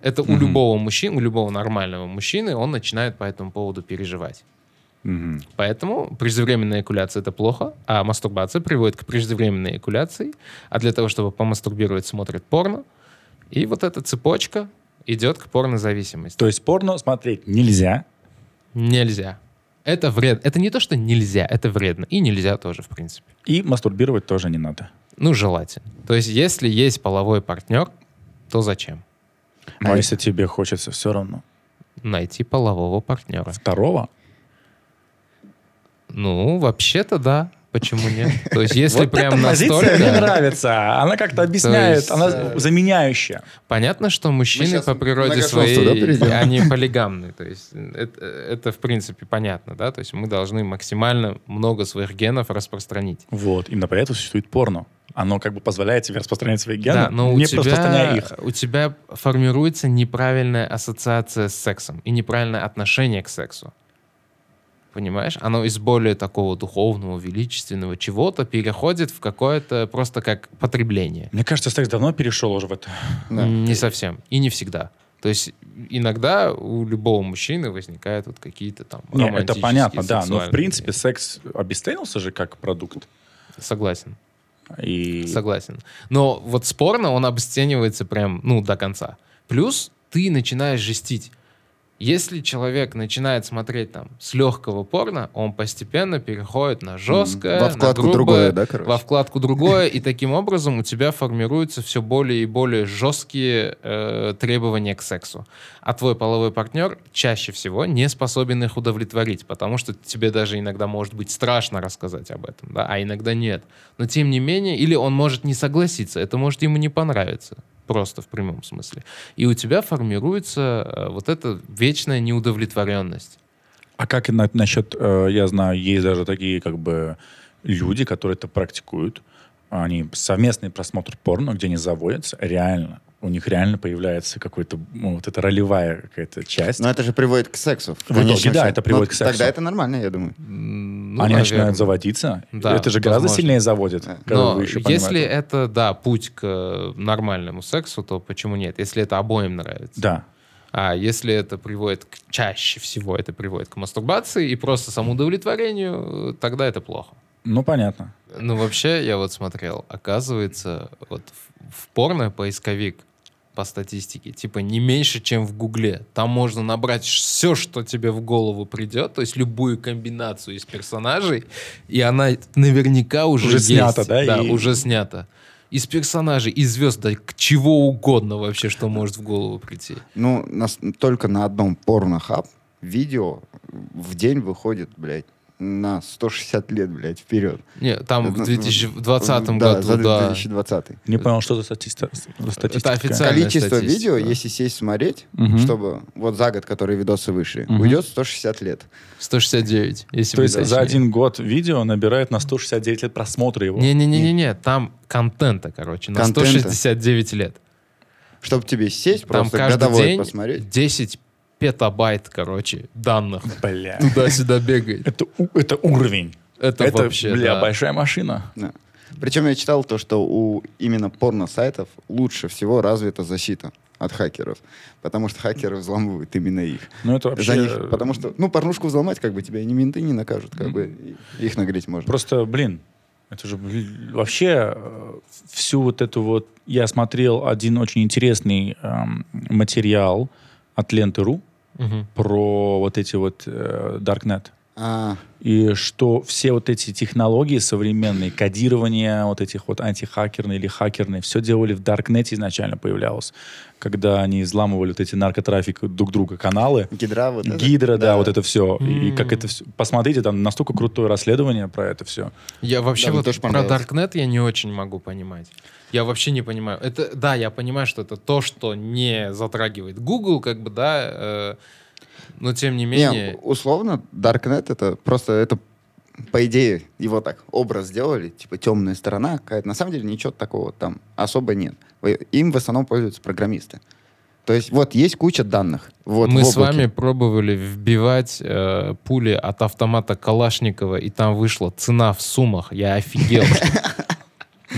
C: Это у
B: Мгм.
C: любого мужчины, у любого нормального мужчины, он начинает по этому поводу переживать.
B: Мгм.
C: Поэтому преждевременная экуляция это плохо, а мастурбация приводит к преждевременной экуляции. А для того, чтобы помастурбировать, смотрят порно. И вот эта цепочка идет к порнозависимости.
B: То есть порно смотреть нельзя.
C: Нельзя. Это вред. Это не то, что нельзя, это вредно. И нельзя тоже, в принципе.
B: И мастурбировать тоже не надо.
C: Ну, желательно. То есть, если есть половой партнер, то зачем?
B: Но
A: А
B: если тебе хочется все равно
C: Найти полового партнера.
B: второго,
C: Ну, вообще-то да. Почему нет? То есть, если
B: вот эта
C: прям
B: позиция
C: настолько...
B: мне нравится. Она как-то объясняет,
C: есть, э,
B: она заменяющая.
C: Понятно, что мужчины
A: щас
C: по природе
A: многословство, да,
C: своей,
A: перейдем?
C: они полигамны. То есть это, это, в принципе, понятно, да? То есть мы должны максимально много своих генов распространить.
B: Вот. И для этого существует порно. Оно как бы позволяет тебе распространять свои гены,
C: да, но у
B: не
C: тебя,
B: распространяя их.
C: у тебя формируется неправильная ассоциация с сексом и неправильное отношение к сексу. Понимаешь? Оно из более такого духовного, величественного чего-то переходит в какое-то просто как потребление.
B: Мне кажется, секс давно перешел уже в это.
A: Да.
C: М, Не совсем. И не всегда. То есть иногда у любого мужчины возникают вот какие-то там
B: Не, это
C: романтические,
B: понятно, да. Но в
C: сексуальные
B: принципе
C: идеи.
B: секс обесценился же как продукт.
C: Согласен,
B: И
C: согласен. Но вот спорно он обесценивается прям, ну, до конца. Плюс ты начинаешь жестить. Если человек начинает смотреть там с легкого порно, он постепенно переходит на жесткое,
A: Во вкладку
C: на грубое,
A: другое, да, короче?
C: во вкладку другое, и таким образом у тебя формируются все более и более жесткие э, требования к сексу. А твой половой партнер чаще всего не способен их удовлетворить, потому что тебе даже иногда может быть страшно рассказать об этом, да, а иногда нет. Но тем не менее, или он может не согласиться, это может ему не понравиться, просто в прямом смысле. И у тебя формируется э, вот эта вечная неудовлетворенность.
B: А как на- насчет, э, я знаю, есть даже такие как бы люди, которые это практикуют. Они совместный просмотр порно, где они заводятся, реально. У них реально появляется какой-то, ну, вот эта ролевая какая-то часть.
A: Но это же приводит к сексу.
B: В итоге,
A: конечном
B: да,
A: счете.
B: это приводит
A: Но
B: к сексу.
A: Тогда это нормально, я думаю.
C: М, ну,
B: они
C: наверное.
B: начинают заводиться.
C: Да,
B: это же гораздо
C: возможно.
B: сильнее заводит.
A: Да.
B: когда
C: Но
B: вы еще
C: если
B: понимаете.
C: это, да, путь к э, нормальному сексу, то почему нет? Если это обоим нравится.
B: Да.
C: А если это приводит к... Чаще всего это приводит к мастурбации и просто самоудовлетворению, э, тогда это плохо.
B: Ну, понятно.
C: Ну, вообще, я вот смотрел, оказывается, вот в- в порно поисковик по статистике, типа, не меньше, чем в Гугле. Там можно набрать все, что тебе в голову придет, то есть любую комбинацию из персонажей, и она наверняка уже,
B: Уже
C: есть.
B: снята, да,
C: Да,
B: и-
C: уже снята. Из персонажей, из звезд, да к чего угодно вообще, что может в голову прийти.
A: Ну, нас, только на одном порнохаб видео в день выходит, блядь, на 160 лет, блядь, вперед.
C: Не, там в
A: Ну,
C: 2020
A: да,
C: году,
A: за
C: да.
A: 2020.
B: Не понял, что за статиста- статистика.
C: Это официально. Официальная
A: Количество
C: статистика.
A: видео, если сесть смотреть,
B: Мгм.
A: чтобы вот за год, которые видосы вышли,
B: Мгм.
A: уйдет 160 лет.
C: 169, если
B: То есть
C: быть
B: за
C: точнее.
B: один год видео набирает на 169 лет просмотра его.
C: Не-не-не-не, там контента, короче, на
A: Контента.
C: 169 лет.
A: Чтобы тебе сесть,
C: Там
A: просто
C: каждый
A: годовой
C: день
A: посмотреть.
C: 10 петабайт, короче, данных.
B: Бля.
C: Туда-сюда бегает.
B: Это, у- это уровень.
C: Это,
B: Это,
C: вообще,
B: бля,
C: да.
B: большая машина.
A: Да. Причем я читал то, что у именно порно-сайтов лучше всего развита защита от хакеров. Потому что хакеры взламывают именно их.
B: Ну, это вообще...
A: За них. Потому что, ну, порнушку взломать, как бы тебя и ни менты не накажут, как бы и- их нагреть можно.
B: Просто, блин, это же бл- вообще э, всю вот эту вот... Я смотрел один очень интересный эм, материал от Ленты.ру
C: Мгм.
B: про вот эти вот э, Darknet.
A: А,
B: И что все вот эти технологии современные, кодирование вот этих вот антихакерные или хакерные, все делали в Даркнете изначально появлялось, когда они взламывали вот эти наркотрафик друг друга каналы.
A: гидра вот это?
B: Гидра, да, вот это все. И
C: М.
B: как это все... Посмотрите, там настолько крутое расследование про это все.
C: Я вообще
A: Да, мне
C: вот
A: тоже
C: про
A: понравилось.
C: Даркнет я не очень могу понимать. Я вообще не понимаю. Это, да, я понимаю, что это то, что не затрагивает Google, как бы, да, э, но тем не
A: Не,
C: менее...
A: условно, Darknet это просто, это, по идее, его так образ сделали, типа темная сторона какая-то. На самом деле ничего такого там особо нет. Вы- Им в основном пользуются программисты. То есть вот есть куча данных. Вот,
C: Мы
A: в
C: с
A: облаке.
C: вами пробовали вбивать э, пули от автомата Калашникова, и там вышла цена в суммах. Я
A: [LAUGHS]
C: офигел.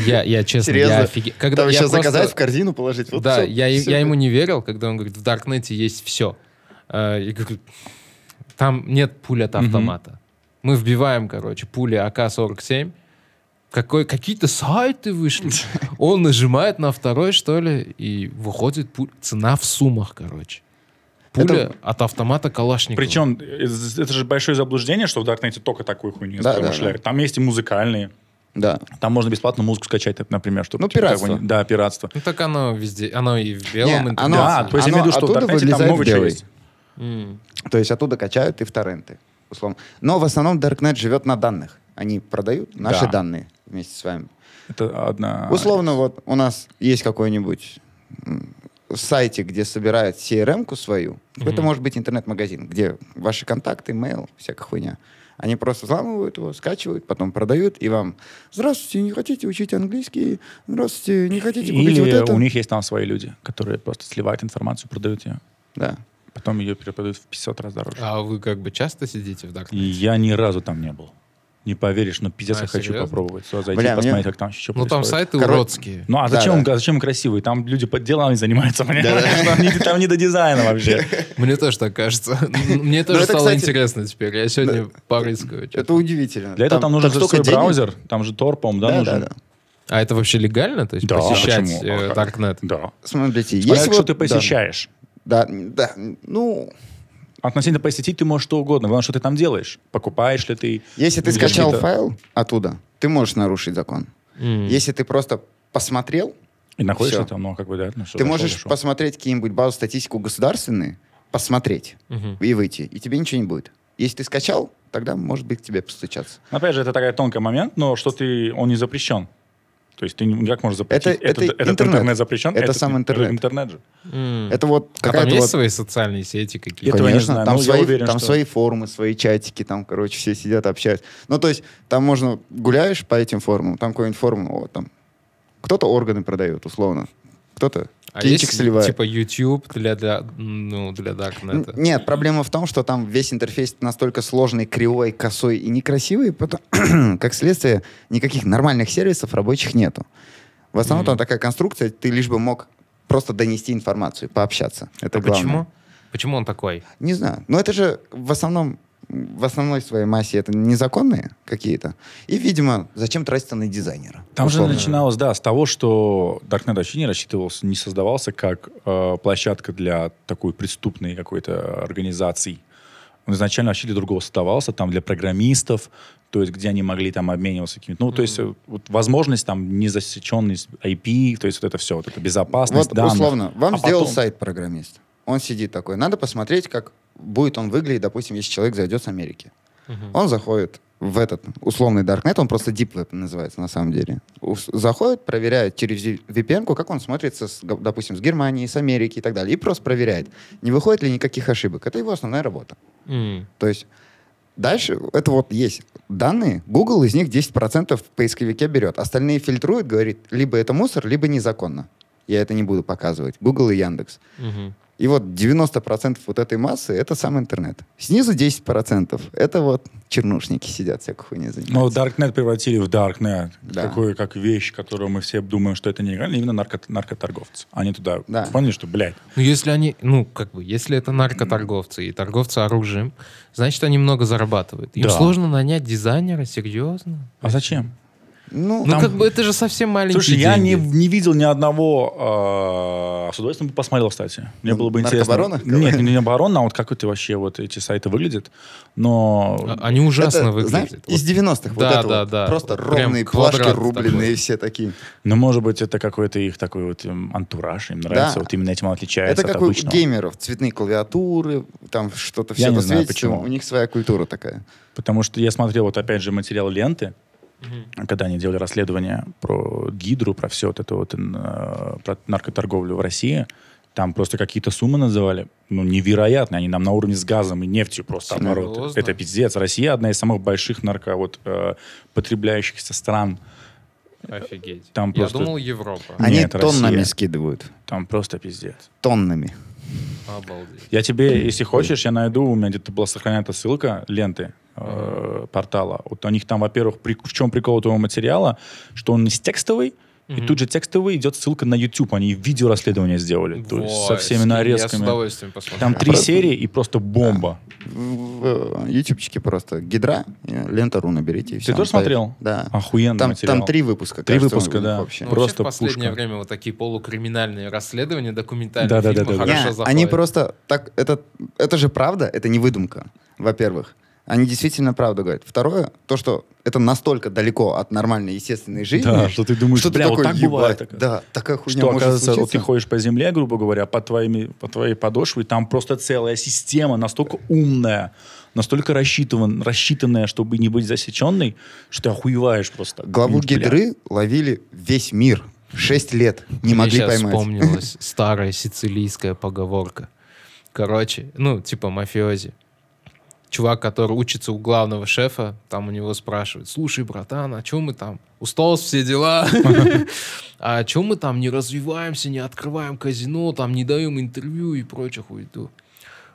C: Я, я честно, я
A: Серьезно?
C: офигел.
A: Когда
C: Когда я
A: сейчас
C: просто-
A: заказать, в корзину положить. Вот
C: да,
A: всё,
C: я, и-
A: всё
C: я
A: это.
C: ему не верил, когда он говорит, в Даркнете есть все. Я говорю, там нет пули от
B: Мгм.
C: автомата. Мы вбиваем, короче, пули АК-47. Какой, какие-то
A: [LAUGHS]
C: сайты вышли. Он нажимает на второй, что ли, и выходит пуль- цена в суммах, короче. Пуля
A: Это-
C: от автомата Калашникова.
B: Причем э, это же большое заблуждение, что в Даркнете только такую хуйню
A: Да, да,
B: промышляют. Там есть и музыкальные.
A: Да.
B: Там можно бесплатно музыку скачать, так, например. Чтобы,
A: Ну,
B: типа,
A: пиратство.
B: такого не- Да, пиратство.
C: Ну так оно везде, оно и в белом
A: Не,
C: интернете.
A: оно-
B: да, то есть я
A: оно
B: имею в виду, что в
A: оттуда
B: Даркнете там
A: вылезает
B: много чего
A: белый.
B: есть.
C: М.
A: То есть оттуда качают и в торренты, условно. Но в основном Darknet живет на данных. Они продают наши
B: Да.
A: данные вместе с вами.
B: Это одна...
A: Условно, вот у нас есть какой-нибудь м, сайте, где собирает CRM-ку свою. Это может быть интернет-магазин, где ваши контакты, мейл, всякая хуйня. Они просто взламывают его, скачивают, потом продают, и вам «Здравствуйте, не хотите учить английский? Здравствуйте, не хотите купить
B: Или
A: вот это?»
B: у них есть там свои люди, которые просто сливают информацию, продают ее.
A: Да.
B: Потом ее перепродают в 500 раз дороже.
C: А вы как бы часто сидите в Darknet?
B: И я ни разу там не был. Не поверишь, но пиздец,
C: А,
B: я хочу
C: серьезно?
B: попробовать. Сюда зайти,
A: Бля, мне-
B: посмотреть, как там еще
C: Ну там сайты
A: Короче,
C: уродские.
B: Ну а
A: Да,
B: зачем,
A: да.
B: им- а зачем им красивый? Там люди под делами занимаются, понимаешь? Там не- Там не до дизайна вообще.
C: Мне тоже так кажется. Мне тоже
A: это,
C: стало
A: кстати-
C: интересно теперь. Я сегодня порыскаю. чё-то.
A: Это удивительно.
B: Для этого там нужен
A: же
B: же свой
A: столько денег.
B: браузер, там же Tor, по-моему, да,
A: Да,
B: нужен?
A: да, да.
C: А это вообще легально? То есть
B: Да,
C: посещать
B: почему?
C: э,
B: А как?
C: Darknet?
B: Да.
A: Смотрите,
B: Смотря,
A: если
B: что
A: вот-
B: ты посещаешь.
A: Да, да, да, ну,
B: Относительно посетить ты можешь что угодно. Главное, что ты там делаешь. Покупаешь ли ты...
A: если ты
B: Или
A: скачал
B: какие-то-
A: файл оттуда, ты можешь нарушить закон.
C: М.
A: Если ты просто посмотрел,
B: И находишься
A: Всё.
B: там, ну а как бы, да, ну, что
A: ты
B: такого,
A: можешь
B: что?
A: посмотреть какие-нибудь базу статистику государственные, посмотреть
C: Мгм.
A: и выйти, и тебе ничего не будет. Если ты скачал, тогда, может быть, к тебе постучаться.
B: Опять же, это такая тонкий момент, но что ты... Он не запрещен. То есть ты не- как можешь запретить?
A: Это- это
B: этот
A: интернет.
B: запрещен?
A: Это
B: этот-
A: сам интернет.
B: интернет же. Хм.
C: М.
A: Это вот
C: А там
A: какая-то
C: есть
A: вот-
C: свои социальные сети какие-то?
B: Этого я не
A: Конечно,
B: знаю,
A: там,
B: но я
A: свои,
B: уверен,
A: там
B: что-
A: свои форумы, свои чатики, там, короче, все сидят, общаются. Ну, то есть, там можно гуляешь по этим форумам, там какой-нибудь форум, о, там, кто-то органы продает, условно, кто-то
C: А
A: кинчик
C: есть,
A: сливает.
C: типа YouTube для, для, ну, для
A: Н-
C: Darknet?
A: Нет, проблема в том, что там весь интерфейс настолько сложный, кривой, косой и некрасивый, потом, [CLEARS THROAT] как следствие, никаких нормальных сервисов рабочих нету. В основном
C: Мгм.
A: там такая конструкция, ты лишь бы мог просто донести информацию, пообщаться. Это
C: А
A: главное.
C: почему? Почему он такой?
A: Не знаю. Но это же в основном, в основной своей массе это незаконные какие-то. И, видимо, зачем тратиться на дизайнера?
B: Там же
A: Условно.
B: начиналось, да, с того, что Darknet вообще не рассчитывался, не создавался как э, площадка для такой преступной какой-то организации. Он изначально вообще для другого создавался, там для программистов, то есть где они могли там обмениваться какими-то... Ну, то есть э, вот, возможность там незасеченность IP, то есть вот это все, вот это безопасность
A: Вот,
B: данных.
A: условно, вам
B: А
A: сделал
B: потом-
A: сайт программист. Он сидит такой. Надо посмотреть, как будет он выглядеть, допустим, если человек зайдет с Америки. Он заходит в этот условный даркнет, он просто Deep Web называется на самом деле. Ус- Заходит, проверяет через VPN, как он смотрится, с, г- допустим, с Германии, с Америки и так далее. И просто проверяет, не выходит ли никаких ошибок. Это его основная работа.
C: М.
A: То есть дальше это вот есть данные. Google из них 10% в поисковике берет. Остальные фильтруют, говорит, либо это мусор, либо незаконно. Я это не буду показывать. Google и Яндекс.
C: Мгм.
A: И вот 90% вот этой массы — это сам интернет. Снизу 10% — это вот чернушники сидят, всякую хуйню
B: Но
A: занимаются.
B: Ну, Darknet превратили в Darknet.
A: Да.
B: Такую как вещь, которую мы все думаем, что это нелегально, именно нарко- наркоторговцы. Они туда
A: Да.
B: поняли, что, блядь,
C: Ну, если они, ну, как бы, если это наркоторговцы и торговцы оружием, значит, они много зарабатывают. Им
B: Да.
C: сложно нанять дизайнера, серьезно?
B: а зачем?
A: Ну,
C: Ну,
B: Там-
C: как бы, это же совсем маленькие
B: Слушай, я не,
C: деньги.
B: не видел ни одного... э, с удовольствием бы посмотрел, кстати. Мне
A: Ну,
B: было бы интересно.
A: наркобарона?
B: Нет, не оборона, а вот как это вообще вот эти сайты выглядят. Но...
C: А- Они ужасно
A: это,
C: выглядят.
A: знаешь, из 90-х вот
C: Да,
A: это
C: да,
A: вот.
C: да.
A: Просто
C: Вот прям
A: ровные
C: квадрат
A: плашки рубленые
C: такой.
A: все такие.
B: Но, может быть, это какой-то их такой вот эм, антураж, им нравится. Вот именно этим он
A: Это
B: отличается
A: как
B: от
A: у
B: обычного.
A: геймеров. Цветные клавиатуры, там что-то все
B: Я не
A: на
B: знаю,
A: свете,
B: почему.
A: У них своя культура такая.
B: Потому что я смотрел, вот опять же, материал ленты, когда они делали расследование про Гидру, про все вот это вот, э, про наркоторговлю в России. Там просто какие-то суммы называли, ну, невероятные. Они нам на уровне с газом и нефтью просто
C: Серьезно?
B: обороты. Это пиздец. Россия одна из самых больших нарко, вот, э, потребляющихся стран.
C: Офигеть.
B: Там
C: я
B: просто-
C: думал, Европа.
B: А-
A: Они
B: Нет,
A: тоннами
B: Россия.
A: скидывают.
B: Там просто пиздец.
A: Тоннами.
C: Обалдеть.
B: Я тебе, если хочешь, я найду, у меня где-то была сохранена эта ссылка ленты э, портала. Вот у них там, во-первых, при- в чем прикол этого материала, что он из текстовый, и
C: Мгм.
B: тут же текстовый идет ссылка на YouTube. Они видео расследование сделали, то есть со
C: Во,
B: всеми
C: я с
B: нарезками.
C: удовольствием посмотрю. Ну,
B: Там три серии и просто бомба.
A: В в ютубчике просто гидра, э, лента ру наберите. и всё,
B: Ты тоже
A: он стоит.
B: смотрел?
A: Да.
B: Охуенный
A: Там,
B: материал.
A: там три выпуска.
B: Три
A: кажется,
B: выпуска,
A: у них
B: да.
A: вообще.
B: Ну,
C: вообще
B: просто
C: в последнее
B: пушка.
C: время вот такие полукриминальные расследования, документальные
B: Да-да-да-да-да.
C: фильмы
A: Не,
C: хорошо заходят.
A: они просто так... Это, это же правда, это не выдумка, во-первых. Они действительно правду говорят. Второе, то, что это настолько далеко от нормальной естественной жизни,
B: Да, что ты думаешь,
A: что ты
B: «Бля, вот
A: такой,
B: так бывает».
A: «Ебать, Да, такая хуйня
B: Что,
A: может
B: оказывается, вот
A: случиться».
B: ты ходишь по земле, грубо говоря, по, твоими, по твоей подошве, и там просто целая система настолько умная, настолько рассчитыван, рассчитанная, чтобы не быть засеченной, что ты охуеваешь просто.
A: Главу
B: М, бля.
A: гидры ловили весь мир. Шесть лет не
C: Мне
A: могли
C: щас
A: поймать. [LAUGHS]
C: вспомнилась старая сицилийская поговорка. Короче, ну, типа мафиози. Чувак, который учится у главного шефа, там у него спрашивают, слушай, братан, а чем мы там? У Столс
A: [LAUGHS]
C: все дела. А чем мы там не развиваемся, не открываем казино, там не даем интервью и прочую хуету?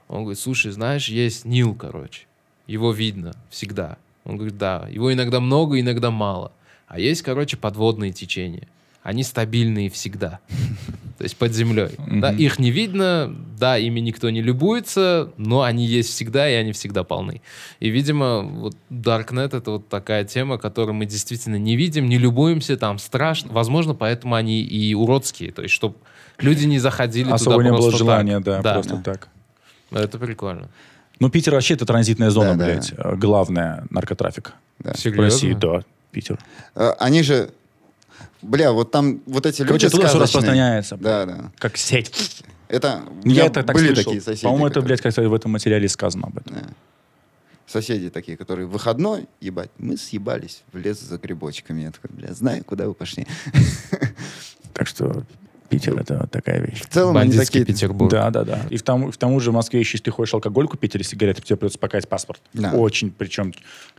C: Он говорит, слушай, знаешь, есть Нил, короче. Его видно всегда. Он говорит, да. Его иногда много, иногда мало. А есть, короче, подводные течения. Они стабильные всегда. [LAUGHS] То есть под землей. Да,
B: Мгм.
C: их не видно, да, ими никто не любуется, но они есть всегда, и они всегда полны. И, видимо, вот Darknet — это вот такая тема, которую мы действительно не видим, не любуемся, там страшно. Возможно, поэтому они и уродские. То есть, чтобы люди не заходили
B: Особо
C: туда
B: не было
C: просто так.
B: желания, да,
C: Да.
B: просто
A: Да.
B: так.
C: Это прикольно.
B: Ну, Питер вообще это транзитная зона,
A: Да, да.
B: блядь. э, Главная наркотрафик.
A: Да.
B: В России, да, Питер.
A: Э, Они же... Бля, вот там вот эти
B: Короче,
A: люди
B: туда все
A: сказочные.
B: распространяется.
A: Да, да.
B: Как сеть.
A: Это... у
B: Я
A: меня
B: это так
A: были
B: слышал.
A: такие соседи.
B: По-моему, это,
A: которые-
B: блядь, как-то в этом материале сказано об этом.
A: Да. Соседи такие, которые выходной, ебать, мы съебались в лес за грибочками. Я такой, бля, знаю, куда вы пошли.
B: Так что Питер — это такая вещь.
A: В целом они
C: Бандитский
A: такие...
C: Петербург.
B: Да, да, да. И в тому- к тому же в Москве еще, если ты хочешь алкоголь купить или сигареты, тебе придется показать паспорт.
A: Да.
B: Очень, причем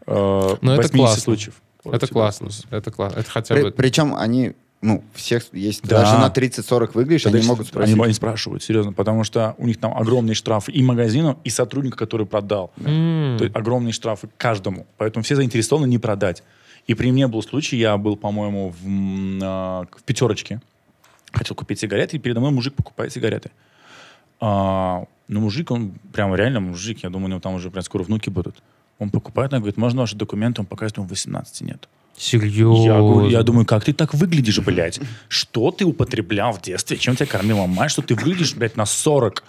B: э, в
C: Ну, это
B: 80
C: классно.
B: случаев. Вот типа.
C: Это
B: всегда
C: классно.
B: классно.
C: Это классно. Это хотя
A: При-
C: бы...
A: причем они, ну, всех есть...
B: Да.
A: Даже на 30-40 выглядишь,
B: Тогда
A: они могут спросить.
B: Они, они спрашивают, серьезно, потому что у них там огромный штраф и магазину, и сотрудника, который продал.
C: М.
B: То есть огромные штрафы каждому. Поэтому все заинтересованы не продать. И при мне был случай, я был, по-моему, в, м, а, к- в пятерочке. Хотел купить сигареты, и передо мной мужик покупает сигареты. А, ну, мужик, он прямо реально мужик. Я думаю, у него там уже прям скоро внуки будут. Он покупает, она говорит, можно ваши документы? Он показывает, ему 18 нет.
C: Серьезно.
B: Я, говорю, я думаю, как ты так выглядишь, блядь? Что ты употреблял в детстве? Чем тебя кормила мать, что ты выглядишь, блядь, на 40?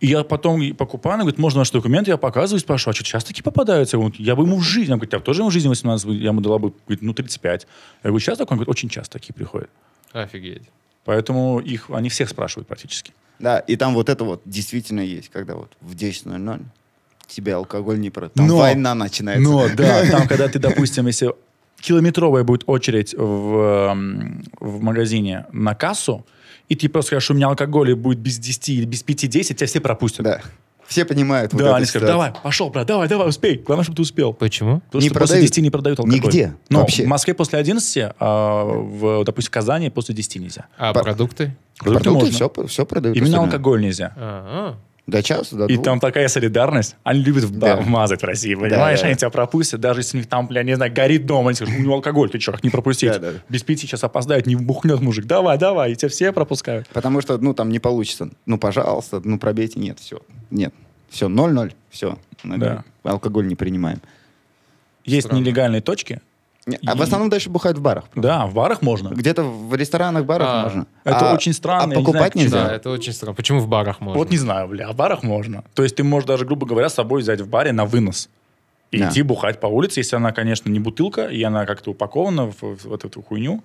B: И я потом и покупаю, она говорит, можно ваши документы? Я показываю, и спрашиваю, а что, сейчас такие попадаются? Он говорит, Я бы ему в жизни, она говорит, я бы тоже ему в жизни 18, бы- я ему дала бы, говорит, ну, 35. Я говорю, сейчас такой? Он говорит, очень часто такие приходят.
C: Офигеть.
B: Поэтому их, они всех спрашивают практически.
A: Да, и там вот это вот действительно есть, когда вот в 10.00 тебе алкоголь не продают. Там
B: Но-
A: война начинается.
B: Ну, да, [LAUGHS] там, когда ты, допустим, если километровая будет очередь в, эм, в магазине на кассу, и ты просто скажешь, у меня алкоголь и будет без 10 или без 5-10, тебя все пропустят.
A: [LAUGHS] Да. Все понимают вот
B: Да,
A: эту
B: они скажут,
A: ситуацию.
B: давай, пошел, брат, давай, давай, успей. Главное, чтобы ты успел.
C: Почему?
B: Потому
A: Не
B: что после
A: продают.
B: 10 не продают алкоголь.
A: Нигде,
B: Но
A: вообще.
B: в Москве после 11, а в, допустим, в Казани после 10 нельзя.
C: А
A: По-
C: продукты?
B: Продукты можно.
A: все, все продают.
B: Именно
A: остальное.
B: алкоголь нельзя.
C: А,
A: До часа, до
B: И
A: двух.
B: там такая солидарность. Они любят
A: Да.
B: вмазать в России, понимаешь?
A: да.
B: Они тебя пропустят, даже если у них там, бля, не знаю, горит дом. Они скажут, у него алкоголь, ты чё, их не пропустить.
A: Да, да.
B: Без пяти сейчас опоздает, не бухнет мужик. Давай, давай, и тебя все пропускают.
A: Потому что, ну, там не получится. Ну, пожалуйста, ну, пробейте. Нет, все. Нет. Все, 0-0, все.
B: Да.
A: Алкоголь не принимаем.
B: Есть
C: Странно.
B: нелегальные точки.
A: Не, А в
B: И-
A: основном дальше бухают в барах.
B: Да, в барах можно.
A: Где-то в ресторанах, барах
C: А,
A: можно.
B: это
A: А-
B: очень странно, я
A: А
B: не
A: покупать
B: знаю,
C: да,
A: нельзя.
C: это очень странно. Почему в барах можно?
B: Вот не знаю, бля, а в барах можно. То есть ты можешь даже, грубо говоря, с собой взять в баре на вынос. И
A: Да.
B: идти бухать по улице, если она, конечно, не бутылка, и она как-то упакована в, в вот эту хуйню,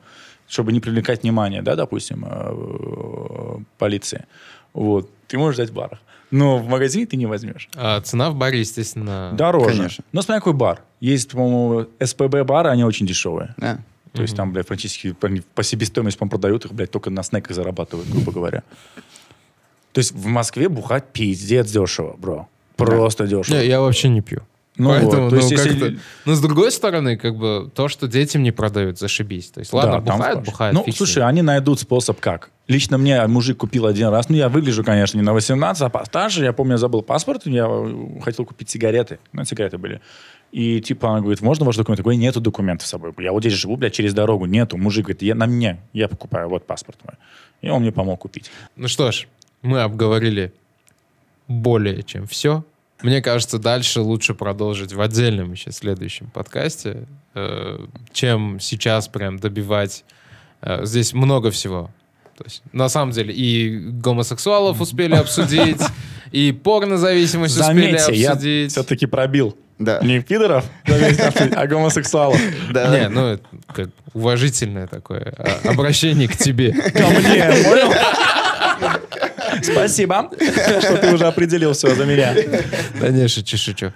B: чтобы не привлекать внимания, да, допустим, э, полиции. Вот. Ты можешь взять в барах. Но в магазине ты не возьмешь.
C: А цена в баре, естественно...
B: Дороже.
A: конечно.
B: Но смотри, какой бар. Есть, по-моему, СПБ-бары, они очень дешевые.
A: Да.
B: То есть там, блядь, практически они по себестоимости, по продают их, блядь, только на снеках зарабатывают, грубо говоря. То есть в Москве бухать пиздец дешево, бро. Просто дешево.
C: Не, я вообще не пью.
B: Ну
C: Поэтому,
B: вот, то
C: ну,
B: есть если-
C: как-то- ну, с другой стороны, как бы то, что детям не продают, зашибись. То есть,
B: Да,
C: ладно,
B: там
C: бухают,
B: спрашивают.
C: бухают.
B: Ну,
C: фиг с
B: слушай,
C: ним.
B: они найдут способ как. Лично мне мужик купил один раз, ну, я выгляжу, конечно, не на 18, а постарше. Я помню, я забыл паспорт, я э, хотел купить сигареты. Ну, сигареты были. И типа она говорит, можно ваш документ? Я говорю, нету документов с собой. Я вот здесь живу, блядь, через дорогу, нету. Мужик говорит, я, на мне, я покупаю, вот паспорт мой. И он мне помог купить.
C: ну что ж, мы обговорили более чем все. Мне кажется, дальше лучше продолжить в отдельном еще следующем подкасте, э, чем сейчас прям добивать. Э, здесь много всего. То есть, на самом деле, и гомосексуалов
B: [LAUGHS]
C: успели обсудить, и порнозависимость успели
B: Заметьте, я
C: обсудить.
B: все-таки пробил.
A: Да.
B: Не пидоров, а гомосексуалов.
A: Да.
B: э,
C: Не, ну, это как уважительное такое а, обращение к тебе.
B: Ко мне, понял? Спасибо, что ты уже определил все за меня.
C: Да не, шучу, шучу.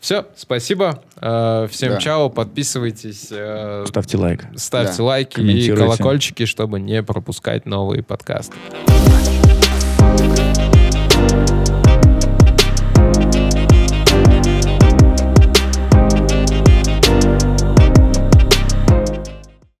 C: Все, спасибо. Э, Всем
A: Да.
C: чао, подписывайтесь, э,
B: Ставьте лайк.
C: ставьте
A: Да.
C: лайки и
B: Комментируйте.
C: колокольчики, чтобы не пропускать новые подкасты.